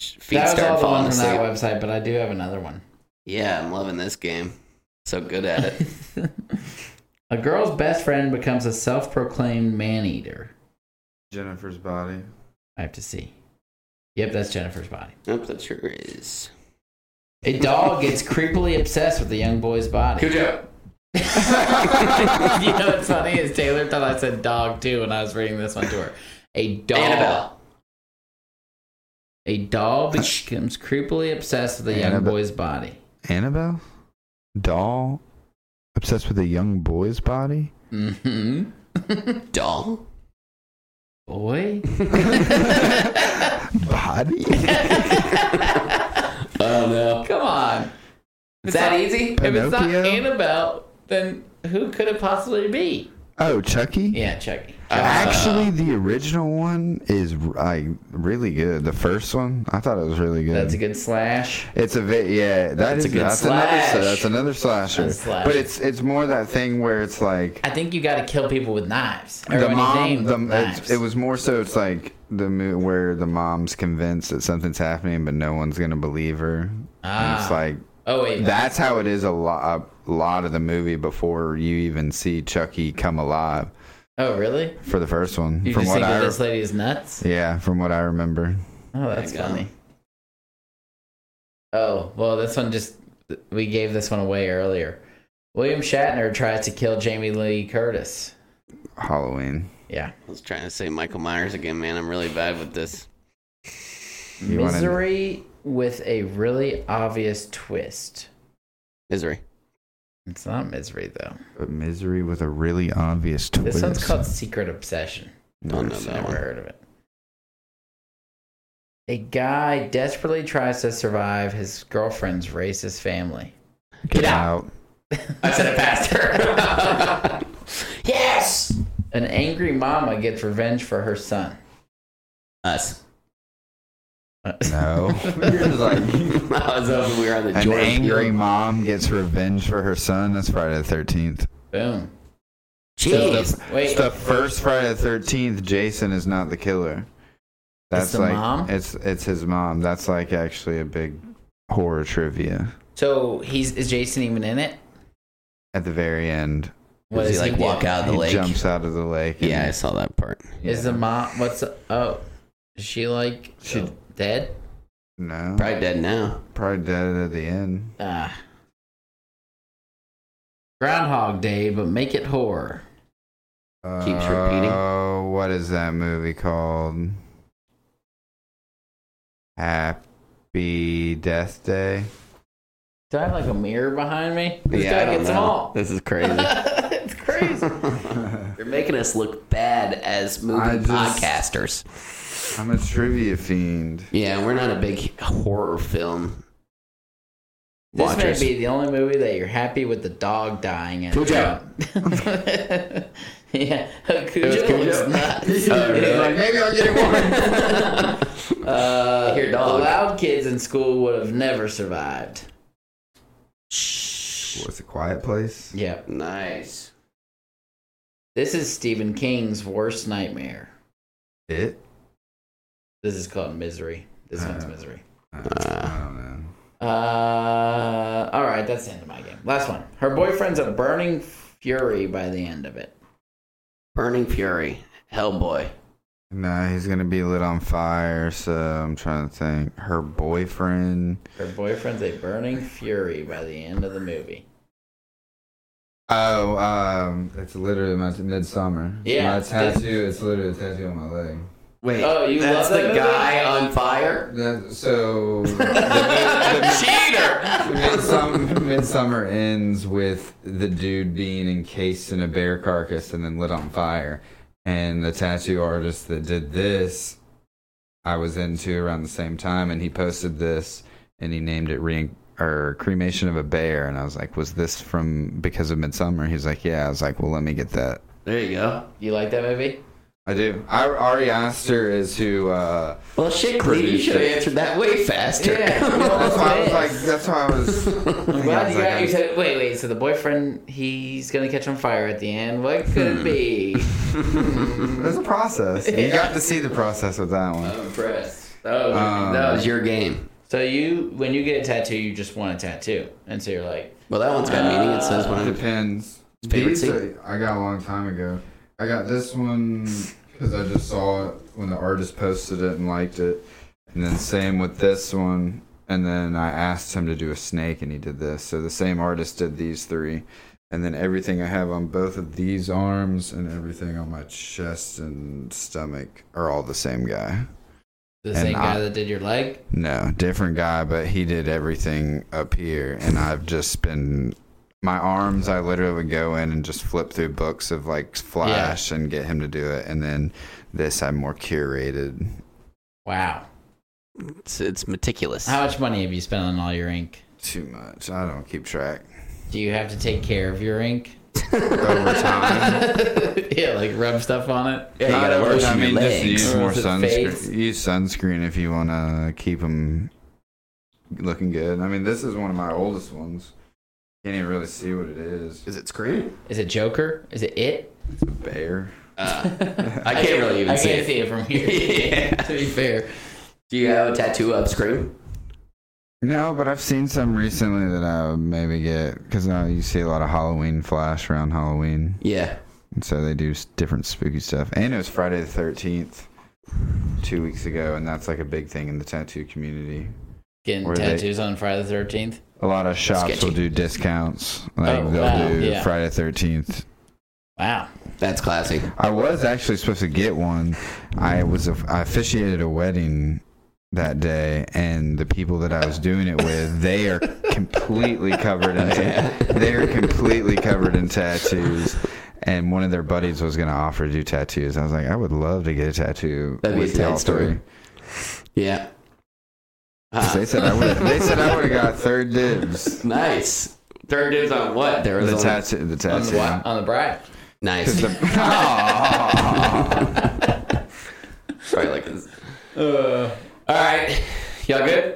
S1: Feet
S2: That was all
S1: start
S2: the
S1: falling
S2: one from that
S1: asleep.
S2: website, but I do have another one.
S1: Yeah, I'm loving this game. So good at it.
S2: a girl's best friend becomes a self-proclaimed man-eater.
S3: Jennifer's body.
S2: I have to see. Yep, that's Jennifer's body.
S1: Nope, that sure is.
S2: A dog gets creepily obsessed with the young boy's body.
S1: Cujo.
S2: you know what's funny is Taylor thought I said dog too when I was reading this one to her. A dog.
S1: Annabelle.
S2: A dog becomes creepily obsessed with the young
S3: Annabelle.
S2: boy's body.
S3: Annabelle? Doll? Obsessed with a young boy's body?
S2: Mm-hmm.
S1: Doll.
S2: Boy.
S3: Body?
S1: Oh no.
S2: Come on.
S1: Is that easy?
S2: If it's not
S3: Pinocchio?
S2: Annabelle, then who could it possibly be?
S3: oh, Chucky?
S2: Yeah, Chucky.
S3: Actually, the original one is like really good. The first one, I thought it was really good.
S2: That's a good slash.
S3: It's a bit, yeah.
S1: That's
S3: that's
S1: a good
S3: that's
S1: slash.
S3: Another, that's another slasher.
S2: That's a slasher.
S3: But it's it's more that thing where it's like
S2: I think you got to kill people with knives.
S3: the
S2: Everybody
S3: mom.
S2: named
S3: The,
S2: with
S3: it's-
S2: knives.
S3: it was more so it's like the mo- where the mom's convinced that something's happening, but no one's gonna believe her. And
S2: Ah.
S3: it's like
S2: oh wait,
S3: that's how it is a lot a lot of the movie before you even see Chucky come alive
S2: Oh really?
S3: for the first one.
S2: You
S3: from
S2: just
S3: what
S2: think
S3: I
S2: that
S3: re-
S2: this lady is nuts?
S3: yeah, from what I remember.
S2: Oh, that's
S1: Hang on.
S2: funny. Oh well, this one just we gave this one away earlier. William Shatner tries to kill Jamie Lee Curtis.
S3: Halloween.
S2: Yeah,
S1: I was trying to say Michael Myers again, man. I'm really bad with this.
S3: You wanna-
S2: misery with a really obvious twist.
S1: Misery.
S2: It's not misery though.
S3: But uh, misery with a really obvious twist.
S2: This one's called Secret Obsession.
S1: Don't know
S2: I've
S1: that
S2: never
S1: one.
S2: heard of it. A guy desperately tries to survive his girlfriend's racist family. Get out! I said it faster. yes! An angry mama gets revenge for her son.
S1: Us.
S3: No. You're just like-
S1: I was hoping we were on the
S3: An
S1: Jordan
S3: angry
S1: Peele.
S3: mom gets revenge for her son. That's Friday the Thirteenth.
S2: Boom.
S1: Jeez.
S2: Wait.
S3: It's the first Friday the Thirteenth. Jason is not the killer. That's
S2: the
S3: like
S2: mom?
S3: it's it's his mom. That's like actually a big horror trivia
S2: So he's is Jason even in it?
S3: at the very end.
S2: What
S1: Does he
S2: does
S1: like
S2: do?
S1: walk out of the
S3: he
S1: lake?
S3: jumps out of the lake. and-
S1: Yeah, I saw that part.
S2: Is the mom? What's the, oh? Is she like
S3: She-
S2: uh, dead?
S3: no
S1: Probably dead now.
S3: probably dead at the end.
S2: Ah. Groundhog Day, but make it horror.
S1: Keeps repeating.
S3: Oh, what is that movie called? Happy Death Day.
S2: Do I have like a mirror behind me?
S1: I don't
S2: it's
S1: know.
S2: all.
S1: This is crazy.
S2: it's crazy.
S1: You're making us look bad as
S3: I
S1: movie
S3: just-
S1: podcasters.
S3: I'm a trivia fiend.
S1: Yeah, we're not a big horror film.
S2: This
S1: watchers.
S2: may be the only movie that you're happy with the dog dying in.
S1: Cujo.
S2: yeah,
S1: It was
S2: Cujo
S1: Cujo.
S2: was nuts.
S1: Oh, really?
S3: maybe I'll get one.
S2: Uh,
S1: Here, dog.
S2: The loud kids in school would have never survived.
S3: What's a quiet place?
S2: Yep.
S1: Nice.
S2: This is Stephen King's worst nightmare.
S3: It.
S2: This is called Misery. This one's
S3: Uh.
S2: Misery.
S3: I don't know.
S2: Uh, all right, that's the end of my game. Last one. Her boyfriend's a burning fury by the end of it.
S1: Burning Fury. Hellboy.
S3: No, he's gonna be lit on fire. So I'm trying to think. Her boyfriend.
S2: Her boyfriend's a burning fury by the end of the movie.
S3: Oh, um, it's literally my midsummer.
S2: Yeah.
S3: my tattoo. It's literally a tattoo on my leg.
S1: Wait,
S2: Oh, you
S1: that's
S2: love that
S1: the
S2: movie?
S1: guy on fire?
S3: That, so the,
S1: Cheater!
S3: the, midsummer, midsummer ends with the dude being encased in a bear carcass and then lit on fire. And the tattoo artist that did this, I was into around the same time, and he posted this and he named it re or cremation of a bear. And I was like, was this from because of midsummer? He's like, yeah. I was like, well, let me get that.
S1: There you go.
S2: You like that movie?
S3: I do. I, Ari Aster is who. uh
S1: Well, shit, Cleve, you
S3: Produced
S1: should have
S3: it.
S1: answered that way faster.
S3: That's why I was like.
S2: Yeah.
S3: That's why I was.
S2: I'm glad you got you said wait wait so the boyfriend he's gonna catch on fire at the end what could it be
S3: There's a process. You got to see the process with that one.
S1: I'm impressed. That was, that was your game.
S2: so you when you get a tattoo you just want a tattoo and so you're like
S1: Well, that one's got meaning. It says
S3: It
S1: one.
S3: depends.
S1: Favorite
S3: These
S1: scene?
S3: are- I got a long time ago. I got this one because I just saw it when the artist posted it and liked it, and then same with this one. And then I asked him to do a snake, and he did this. So the same artist did these three, and then everything I have on both of these arms and everything on my chest and stomach are all the same guy.
S2: the
S3: And
S2: same guy
S3: I-
S2: that did your leg
S3: No, different guy, but he did everything up here, and I've just been my arms. I literally would go in and just flip through books of like Flash and get him to do it, and then this I more curated.
S2: wow
S1: It's, it's meticulous.
S2: how much money have you spent on all your ink
S3: Too much. I don't keep track
S2: do you have to take care of your ink
S3: over time.
S2: yeah like rub stuff on it
S1: Yeah, you
S3: Not
S1: gotta
S3: over
S1: lotion
S3: time, I
S1: your
S3: mean,
S1: legs.
S3: just use
S2: Or
S3: more
S2: if it fades.
S3: sunscreen. Use sunscreen if you want to keep them looking good. I mean, this is one of my oldest ones. Can't even really see what it is.
S1: Is it Scream?
S2: is it Joker is it it
S3: It's a bear.
S1: I can't really even
S2: I
S1: see
S2: can't
S1: it.
S2: see it from here
S1: Yeah.
S2: to be fair
S1: Do you have a tattoo of Scream?
S3: No, but I've seen some recently that I would maybe get because now you see a lot of Halloween flash around Halloween,
S1: Yeah.
S3: and so they do s- different spooky stuff. And it was Friday the Thirteenth two weeks ago, and that's like a big thing in the tattoo community.
S2: getting
S3: Were they-
S2: tattoos on Friday the 13th
S3: A lot of shops
S1: Sketchy.
S3: will do discounts, like
S2: Oh,
S3: they'll
S2: wow,
S3: do
S2: yeah.
S3: Friday Thirteenth.
S2: wow
S1: That's classy.
S3: I was actually supposed to get one. I was a, I officiated a wedding that day, and the people that I was doing it with, they are completely covered in ta- they're completely covered in tattoos. And one of their buddies was going to offer to do tattoos. I was like, I would love to get a tattoo
S1: That'd be a
S3: with
S1: tight
S3: y'all
S1: story.
S3: three.
S1: Yeah.
S3: 'Cause They said I would. They said I would have got third dibs.
S1: Nice. Third dibs on what? There was
S3: The
S1: only-
S3: tattoo. The
S2: on the,
S3: tattoo.
S2: wa- on the bride
S1: Nice.
S3: 'Cause the-
S1: Oh,
S3: Aw.
S1: Sorry, like this. All Uh, right, y'all good?